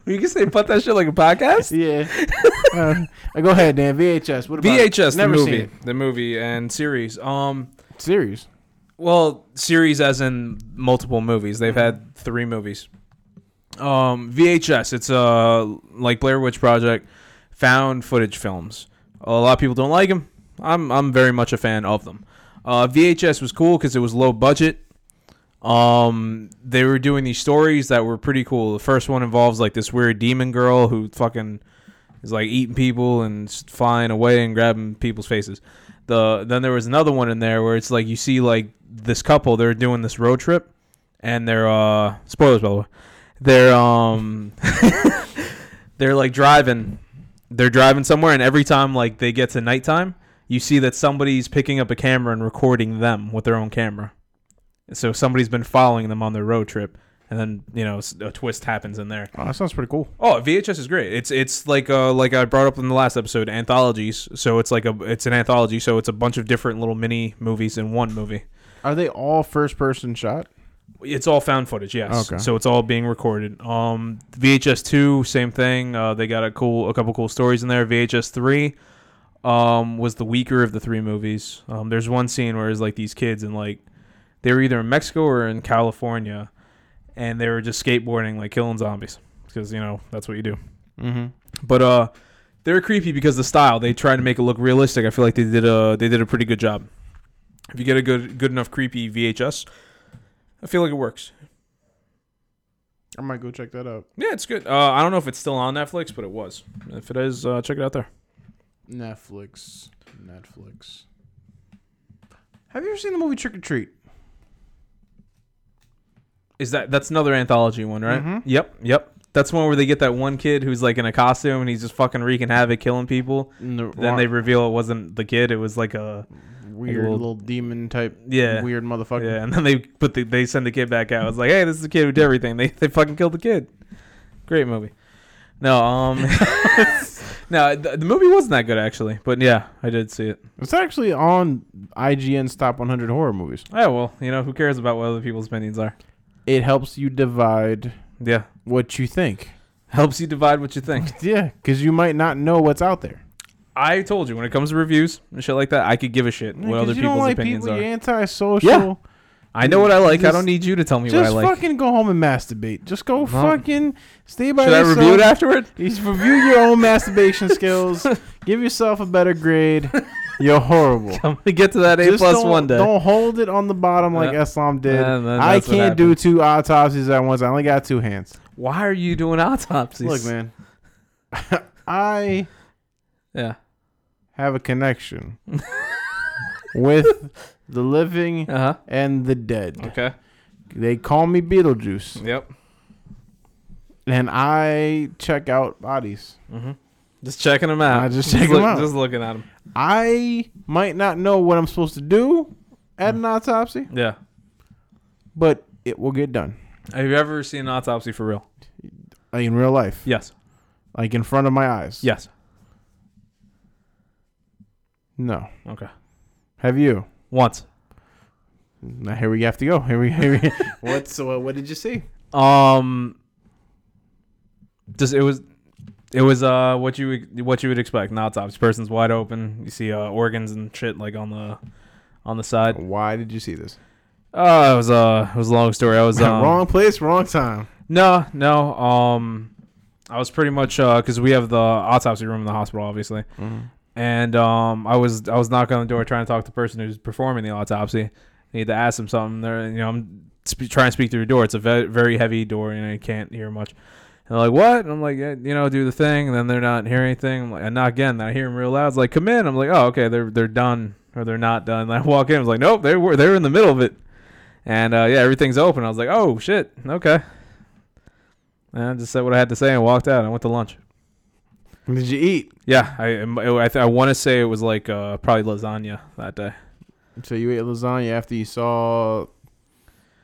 [SPEAKER 2] you can say put that shit like a podcast.
[SPEAKER 1] Yeah. Uh, go ahead, Dan. VHS. What about it?
[SPEAKER 2] VHS, the
[SPEAKER 1] Never seen
[SPEAKER 2] movie, the movie and series. Um,
[SPEAKER 1] it. Serious.
[SPEAKER 2] well, series as in multiple movies. They've had three movies. Um, VHS. It's uh like Blair Witch Project, found footage films. A lot of people don't like them. I'm I'm very much a fan of them. Uh, VHS was cool because it was low budget. Um, they were doing these stories that were pretty cool. The first one involves like this weird demon girl who fucking is like eating people and s- flying away and grabbing people's faces. The then there was another one in there where it's like you see like this couple they're doing this road trip and they're uh spoilers by the way they're um they're like driving they're driving somewhere and every time like they get to nighttime you see that somebody's picking up a camera and recording them with their own camera so somebody's been following them on their road trip and then you know s- a twist happens in there
[SPEAKER 1] Oh, that sounds pretty cool.
[SPEAKER 2] Oh, VHS is great. It's it's like uh like I brought up in the last episode, anthologies. So it's like a it's an anthology. So it's a bunch of different little mini movies in one movie.
[SPEAKER 1] Are they all first person shot?
[SPEAKER 2] It's all found footage, yes.
[SPEAKER 1] Okay.
[SPEAKER 2] So it's all being recorded. Um, VHS two, same thing. Uh, they got a cool a couple cool stories in there. VHS three, um, was the weaker of the three movies. Um, there's one scene where it's like these kids and like they were either in Mexico or in California, and they were just skateboarding like killing zombies because you know that's what you do.
[SPEAKER 1] Mm-hmm.
[SPEAKER 2] But uh, they're creepy because the style they tried to make it look realistic. I feel like they did a they did a pretty good job. If you get a good good enough creepy VHS, I feel like it works.
[SPEAKER 1] I might go check that out.
[SPEAKER 2] Yeah, it's good. Uh, I don't know if it's still on Netflix, but it was. If it is, uh, check it out there.
[SPEAKER 1] Netflix. Netflix. Have you ever seen the movie Trick or Treat?
[SPEAKER 2] Is that that's another anthology one, right?
[SPEAKER 1] Mhm.
[SPEAKER 2] Yep, yep. That's one where they get that one kid who's like in a costume and he's just fucking wreaking havoc, killing people. Then they reveal it wasn't the kid; it was like a
[SPEAKER 1] weird
[SPEAKER 2] little-
[SPEAKER 1] little, demon type
[SPEAKER 2] yeah,
[SPEAKER 1] weird motherfucker.
[SPEAKER 2] yeah. And then they put the, they send the kid back out. It's like, hey, this is the kid who did everything. They they fucking killed the kid. Great movie. No, um, no, the, the movie wasn't that good actually, but yeah, I did see it.
[SPEAKER 1] It's actually on IGN's top 100 horror movies.
[SPEAKER 2] Oh well, you know who cares about what other people's opinions are?
[SPEAKER 1] It helps you divide
[SPEAKER 2] Yeah.
[SPEAKER 1] what you think.
[SPEAKER 2] helps you divide what you think.
[SPEAKER 1] Yeah, because you might not know what's out there.
[SPEAKER 2] I told you when it comes to reviews and shit like that, I could give a shit what other
[SPEAKER 1] 'Cause you
[SPEAKER 2] people's
[SPEAKER 1] don't like
[SPEAKER 2] opinions
[SPEAKER 1] people,
[SPEAKER 2] are.
[SPEAKER 1] You're antisocial.
[SPEAKER 2] Yeah. I know what I like. I
[SPEAKER 1] Just-
[SPEAKER 2] don't need you to tell me what I
[SPEAKER 1] Just
[SPEAKER 2] like.
[SPEAKER 1] fucking go home and masturbate. Just go fucking stay by
[SPEAKER 2] Should I
[SPEAKER 1] yourself.
[SPEAKER 2] review it afterward?
[SPEAKER 1] You review your own masturbation skills. Give yourself a better grade. You're horrible.
[SPEAKER 2] I'm gonna get to that A
[SPEAKER 1] Just
[SPEAKER 2] plus
[SPEAKER 1] don't-
[SPEAKER 2] one day.
[SPEAKER 1] Don't hold it on the bottom like
[SPEAKER 2] Uh,
[SPEAKER 1] Islam did.
[SPEAKER 2] uh, then
[SPEAKER 1] I
[SPEAKER 2] that's what
[SPEAKER 1] can't do two autopsies at once. I only got two hands.
[SPEAKER 2] Why are you doing autopsies?
[SPEAKER 1] Look, man, I
[SPEAKER 2] Yeah.
[SPEAKER 1] have a connection with the living
[SPEAKER 2] Uh huh.
[SPEAKER 1] and the dead.
[SPEAKER 2] Okay.
[SPEAKER 1] They call me Beetlejuice,
[SPEAKER 2] Yep.
[SPEAKER 1] and I check out bodies.
[SPEAKER 2] Mm-hmm. Just checking them out.
[SPEAKER 1] I just check 'em
[SPEAKER 2] look-
[SPEAKER 1] out.
[SPEAKER 2] Just looking at them.
[SPEAKER 1] I might not know what I'm supposed to do at an autopsy,
[SPEAKER 2] Yeah.
[SPEAKER 1] but it will get done.
[SPEAKER 2] Have you ever seen an autopsy for real?
[SPEAKER 1] Like in real life,
[SPEAKER 2] Yes.
[SPEAKER 1] like in front of my eyes.
[SPEAKER 2] Yes.
[SPEAKER 1] No.
[SPEAKER 2] Okay.
[SPEAKER 1] Have you?
[SPEAKER 2] Once.
[SPEAKER 1] Now here we have to go. Here we. Here we What's what, what did you see?
[SPEAKER 2] Um. Just it was, it was uh what you would- what you would expect. An autopsy. Person's wide open. You see uh organs and shit like on the, on the side.
[SPEAKER 1] Why did you see this?
[SPEAKER 2] Uh, it was uh it was a long story. I was um,
[SPEAKER 1] wrong place, wrong time.
[SPEAKER 2] No, no. Um, I was pretty much because we have the autopsy room in the hospital, obviously, and um, I was I was knocking on the door trying to talk to the person who's performing the autopsy. I need to ask them something. There, you know, I'm sp- trying to speak through the door. It's a ve- very heavy door, and I can't hear much. And they're like, "What?" And I'm like, yeah, "You know, do the thing." And then they're not hearing anything. I'm like, and not again. Then I hear them real loud. It's like, "Come in." I'm like, "Oh, okay." They're they're done or they're not done. And I walk in. I was like, "Nope." They were they were in the middle of it. And uh, yeah, everything's open. I was like, "Oh shit, okay." And I just said what I had to say and walked out. I went to lunch.
[SPEAKER 1] Did you eat?
[SPEAKER 2] Yeah, I I, th- I want to say it was like uh, probably lasagna that day.
[SPEAKER 1] So you ate lasagna after you saw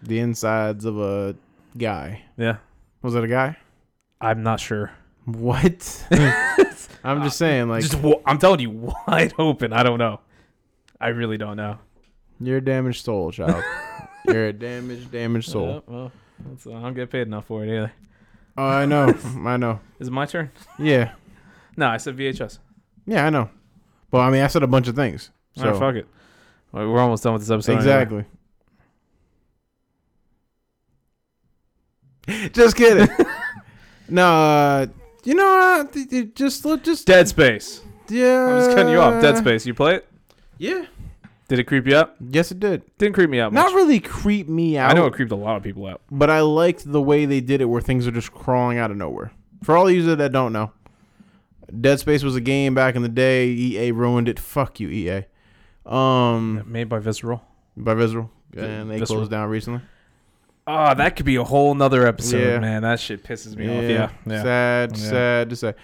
[SPEAKER 1] the insides of a guy.
[SPEAKER 2] Yeah,
[SPEAKER 1] Was it a guy?
[SPEAKER 2] I'm not sure.
[SPEAKER 1] What? I'm just saying, like
[SPEAKER 2] Just wa- I'm telling you, wide open. I don't know. I really don't know.
[SPEAKER 1] you're a damaged soul, child. you're a damaged, damaged soul.
[SPEAKER 2] Yeah, well, that's, I don't get paid enough for it either.
[SPEAKER 1] Oh, I know, I know.
[SPEAKER 2] Is it my turn?
[SPEAKER 1] Yeah,
[SPEAKER 2] No, I said VHS.
[SPEAKER 1] yeah, I know. Well, I mean, I said a bunch of things.
[SPEAKER 2] So
[SPEAKER 1] So
[SPEAKER 2] fuck it. Well, We're almost done with this episode. anyway.
[SPEAKER 1] exactly. just kidding. no, uh, you know, uh, th- th- just let just
[SPEAKER 2] Dead Space.
[SPEAKER 1] Yeah.
[SPEAKER 2] I'm just cutting you off.
[SPEAKER 1] Uh.
[SPEAKER 2] Dead Space. You play it?
[SPEAKER 1] Yeah.
[SPEAKER 2] Did it creep you out?
[SPEAKER 1] Yes, it did.
[SPEAKER 2] Didn't creep me out much.
[SPEAKER 1] Not really creep me out.
[SPEAKER 2] I know it creeped a lot of people out.
[SPEAKER 1] but I liked the way they did it, where things are just crawling out of nowhere. For all you that don't know, Dead Space was a game back in the day. EA ruined it. Fuck you, EA. Um,
[SPEAKER 2] Made by Visceral.
[SPEAKER 1] by Visceral, and they
[SPEAKER 2] Visceral.
[SPEAKER 1] closed down recently.
[SPEAKER 2] Oh, that could be a whole nother episode,
[SPEAKER 1] Yeah.
[SPEAKER 2] man. That shit pisses me off. Yeah, yeah.
[SPEAKER 1] sad,
[SPEAKER 2] Yeah.
[SPEAKER 1] sad to say.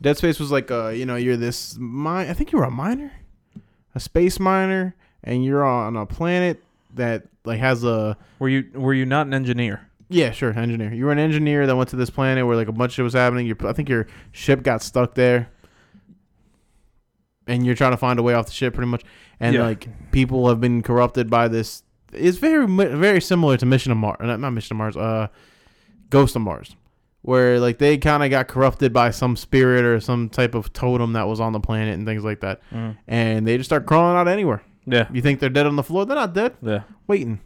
[SPEAKER 1] Dead Space was like, uh, you know, you're this mine. I think you were a miner, a space miner, and you're on a planet that like has a
[SPEAKER 2] Were you were you not an engineer?
[SPEAKER 1] Yeah, sure, engineer. You were an engineer that went to this planet where like a bunch of shit was happening. Your, I think your ship got stuck there, and you're trying to find a way off the ship, pretty much. And
[SPEAKER 2] Yeah.
[SPEAKER 1] like people have been corrupted by this. It's very mi- very similar to Mission of Mars, not, not Mission of Mars, uh, Ghost of Mars, where like they kind of got corrupted by some spirit or some type of totem that was on the planet and things like that, and they just start crawling out anywhere.
[SPEAKER 2] Mm. Yeah,
[SPEAKER 1] You think they're dead on the floor? They're not dead.
[SPEAKER 2] yeah,
[SPEAKER 1] Waiting,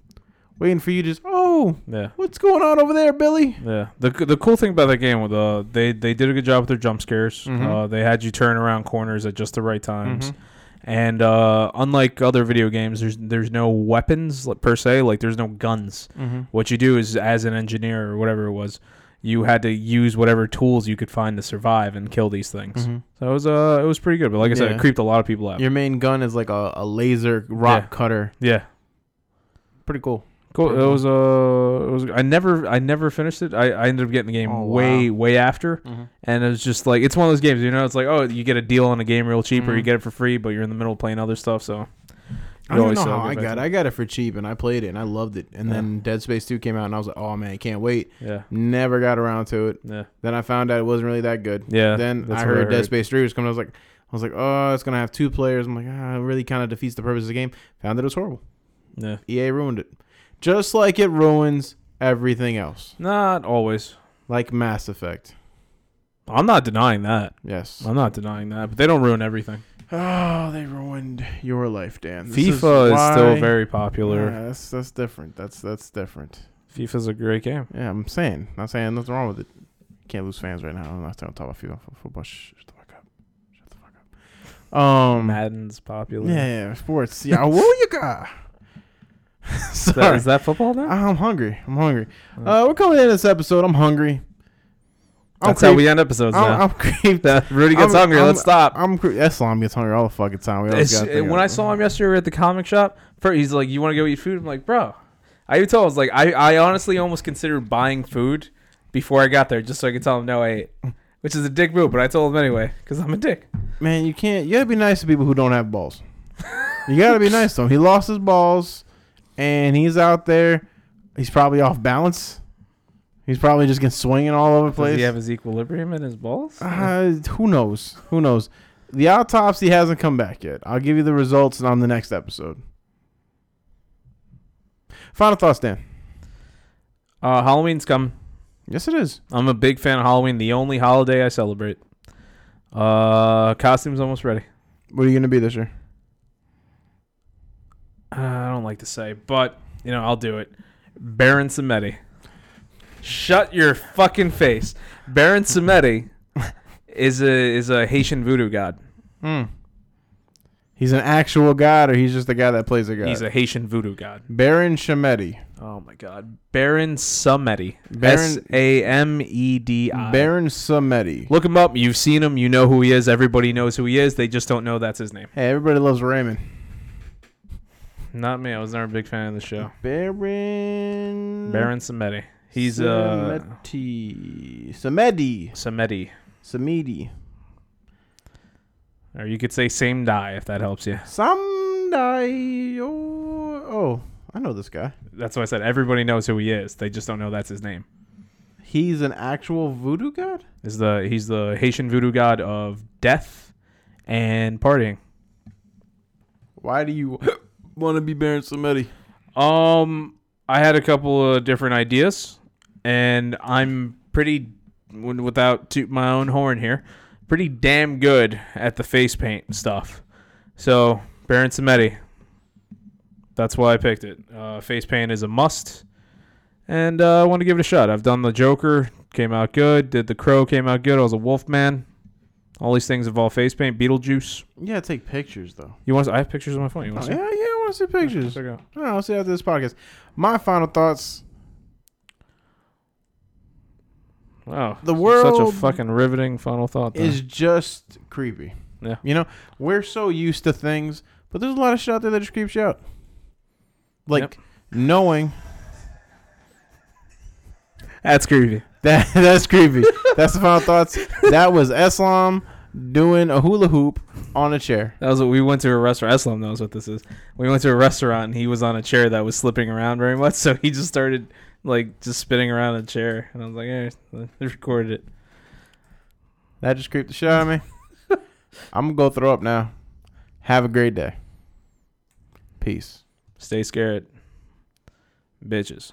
[SPEAKER 1] waiting for you. to Just oh.
[SPEAKER 2] yeah,
[SPEAKER 1] What's going on over there, Billy?
[SPEAKER 2] yeah. The the cool thing about that game was uh, they they did a good job with their jump scares.
[SPEAKER 1] Mhm.
[SPEAKER 2] Uh, they had you turn around corners at just the right times.
[SPEAKER 1] Mm-hmm.
[SPEAKER 2] And uh, unlike other video games, there's there's no weapons like, per se. Like there's no guns.
[SPEAKER 1] Mm-hmm.
[SPEAKER 2] What you do is, as an engineer or whatever it was, you had to use whatever tools you could find to survive and kill these things. So it was uh it was pretty good. But like I said,
[SPEAKER 1] Mm-hmm. Yeah.
[SPEAKER 2] it creeped a lot of people out.
[SPEAKER 1] Your main gun is like a, a laser rock
[SPEAKER 2] Yeah.
[SPEAKER 1] cutter.
[SPEAKER 2] yeah.
[SPEAKER 1] Pretty cool.
[SPEAKER 2] Cool.
[SPEAKER 1] Pretty
[SPEAKER 2] It
[SPEAKER 1] cool.
[SPEAKER 2] was uh, it was. I never, I never finished it. I, I ended up getting the game
[SPEAKER 1] Oh,
[SPEAKER 2] way, way after,
[SPEAKER 1] Mhm.
[SPEAKER 2] and it was just like it's one of those games. You know, it's like oh, you get a deal on a game real cheap, or you
[SPEAKER 1] Mhm.
[SPEAKER 2] get it for free, but you're in the middle of playing other stuff. So
[SPEAKER 1] I
[SPEAKER 2] you
[SPEAKER 1] don't
[SPEAKER 2] always
[SPEAKER 1] know
[SPEAKER 2] sell
[SPEAKER 1] how I
[SPEAKER 2] back
[SPEAKER 1] got it.
[SPEAKER 2] to-
[SPEAKER 1] I got it for cheap and I played it and I loved it. And
[SPEAKER 2] Yeah.
[SPEAKER 1] then Dead Space 2 came out and I was like, oh man, I can't wait.
[SPEAKER 2] Yeah,
[SPEAKER 1] Never got around to it.
[SPEAKER 2] yeah,
[SPEAKER 1] Then I found out it wasn't really that good.
[SPEAKER 2] yeah.
[SPEAKER 1] then I
[SPEAKER 2] that's what
[SPEAKER 1] heard, Dead Space 3 was coming. I was like, I was like, oh, it's gonna have two players. I'm like, ah, it really kind of defeats the purpose of the game. Found that it was horrible.
[SPEAKER 2] Yeah,
[SPEAKER 1] EA ruined it, just like it ruins everything else,
[SPEAKER 2] not always.
[SPEAKER 1] like Mass Effect.
[SPEAKER 2] I'm not denying that.
[SPEAKER 1] Yes.
[SPEAKER 2] I'm not denying that. But they don't ruin everything.
[SPEAKER 1] Oh, they ruined your life, Dan. This
[SPEAKER 2] FIFA is, still
[SPEAKER 1] why-
[SPEAKER 2] very popular.
[SPEAKER 1] Yeah, that's that's different. That's that's different.
[SPEAKER 2] FIFA's a great game.
[SPEAKER 1] Yeah, I'm saying, not saying nothing wrong with it. Can't lose fans right now. I'm not talking about FIFA f- football. Shh, Shut the fuck up. Shut the fuck up. Um,
[SPEAKER 2] Madden's popular.
[SPEAKER 1] yeah, yeah, sports. Yeah, what you got?
[SPEAKER 2] Is that,
[SPEAKER 1] Sorry,
[SPEAKER 2] is that football now?
[SPEAKER 1] I'm hungry. I'm hungry.
[SPEAKER 2] Oh.
[SPEAKER 1] Uh, we're coming in this episode. I'm hungry. I'm
[SPEAKER 2] That's how
[SPEAKER 1] creep-
[SPEAKER 2] we end episodes
[SPEAKER 1] I'm,
[SPEAKER 2] now.
[SPEAKER 1] I'm creeped.
[SPEAKER 2] That Rudy gets
[SPEAKER 1] I'm-
[SPEAKER 2] hungry.
[SPEAKER 1] I'm-
[SPEAKER 2] Let's stop.
[SPEAKER 1] I'm creeped. Islam gets hungry all the fucking time. We always
[SPEAKER 2] It's-
[SPEAKER 1] gotta think
[SPEAKER 2] when
[SPEAKER 1] of-
[SPEAKER 2] I saw him yesterday we were at the comic shop, fir- he's like, "You want to go eat food?" I'm like, "Bro, I even told him, I was like, I, I honestly almost considered buying food before I got there just so I could tell him no, I ate, which is a dick move, but I told him anyway because I'm a dick.
[SPEAKER 1] Man, you can't. You gotta be nice to people who don't have balls. you gotta be nice to him. He lost his balls, and he's out there. He's probably off balance. He's probably just getting swinging all over the
[SPEAKER 2] Does
[SPEAKER 1] place.
[SPEAKER 2] he have his equilibrium in his balls?
[SPEAKER 1] Uh, who knows? Who knows? The autopsy hasn't come back yet. I'll give you the results on the next episode. Final thoughts, Dan.
[SPEAKER 2] Uh, Halloween's coming.
[SPEAKER 1] Yes, it is.
[SPEAKER 2] I'm a big fan of Halloween, the only holiday I celebrate. Uh, costume's almost ready.
[SPEAKER 1] What are you gonna be this year?
[SPEAKER 2] Uh, I don't like to say, but you know, I'll do it. Baron Samedi. Shut your fucking face. Baron Samedi is a is a Haitian voodoo god.
[SPEAKER 1] Hmm. He's an actual god, or he's just the guy that plays a god.
[SPEAKER 2] He's a Haitian voodoo god.
[SPEAKER 1] Baron Shametti.
[SPEAKER 2] Oh my god. Baron Samedi.
[SPEAKER 1] Baron-
[SPEAKER 2] S A M E D I.
[SPEAKER 1] Baron Samedi.
[SPEAKER 2] Look him up. You've seen him. You know who he is. Everybody knows who he is. They just don't know that's his name.
[SPEAKER 1] Hey, everybody loves Raymond.
[SPEAKER 2] Not me. I was never a big fan of the show.
[SPEAKER 1] Baron.
[SPEAKER 2] Baron Samedi. He's uh
[SPEAKER 1] Samedi. Samedi.
[SPEAKER 2] Samedi.
[SPEAKER 1] Samedi.
[SPEAKER 2] Or you could say same die if that helps you.
[SPEAKER 1] Samedi. Oh, oh, I know this guy.
[SPEAKER 2] That's why I said everybody knows who he is. They just don't know that's his name.
[SPEAKER 1] He's an actual voodoo god.
[SPEAKER 2] Is the he's the Haitian voodoo god of death and partying.
[SPEAKER 1] Why do you want to be Baron Samedi?
[SPEAKER 2] Um, I had a couple of different ideas, and I'm pretty, w- without toot my own horn here, pretty damn good at the face paint stuff. So Baron Samedi. That's why I picked it. Uh, face paint is a must, and uh, I want to give it a shot. I've done the Joker, came out good. Did the Crow, came out good. I was a Wolfman. All these things involve face paint. Beetlejuice.
[SPEAKER 1] Yeah, take pictures though.
[SPEAKER 2] You want? I have pictures on my phone. You
[SPEAKER 1] Oh,
[SPEAKER 2] want
[SPEAKER 1] yeah, yeah,
[SPEAKER 2] to
[SPEAKER 1] I want to see
[SPEAKER 2] see?
[SPEAKER 1] pictures.
[SPEAKER 2] Check it out.
[SPEAKER 1] All right, I'll see you after this podcast. My final thoughts.
[SPEAKER 2] Wow.
[SPEAKER 1] The
[SPEAKER 2] such
[SPEAKER 1] world
[SPEAKER 2] a fucking riveting final thought. there.
[SPEAKER 1] is just creepy.
[SPEAKER 2] Uh. Yeah.
[SPEAKER 1] You know, we're so used to things, but there's a lot of shit out there that just creeps you out. Like
[SPEAKER 2] Yep.
[SPEAKER 1] knowing
[SPEAKER 2] That's creepy.
[SPEAKER 1] that that's creepy. that's the final thoughts. That was Eslam doing a hula hoop on a chair.
[SPEAKER 2] That was what we went to a restaurant. Eslam knows what this is. We went to a restaurant and he was on a chair that was slipping around very much, so he just started like just spinning around a chair, and I was like, "Eh, I recorded it."
[SPEAKER 1] That just creeped the shit out of me. I'm gonna go throw up now. Have a great day. Peace.
[SPEAKER 2] Stay scared, bitches.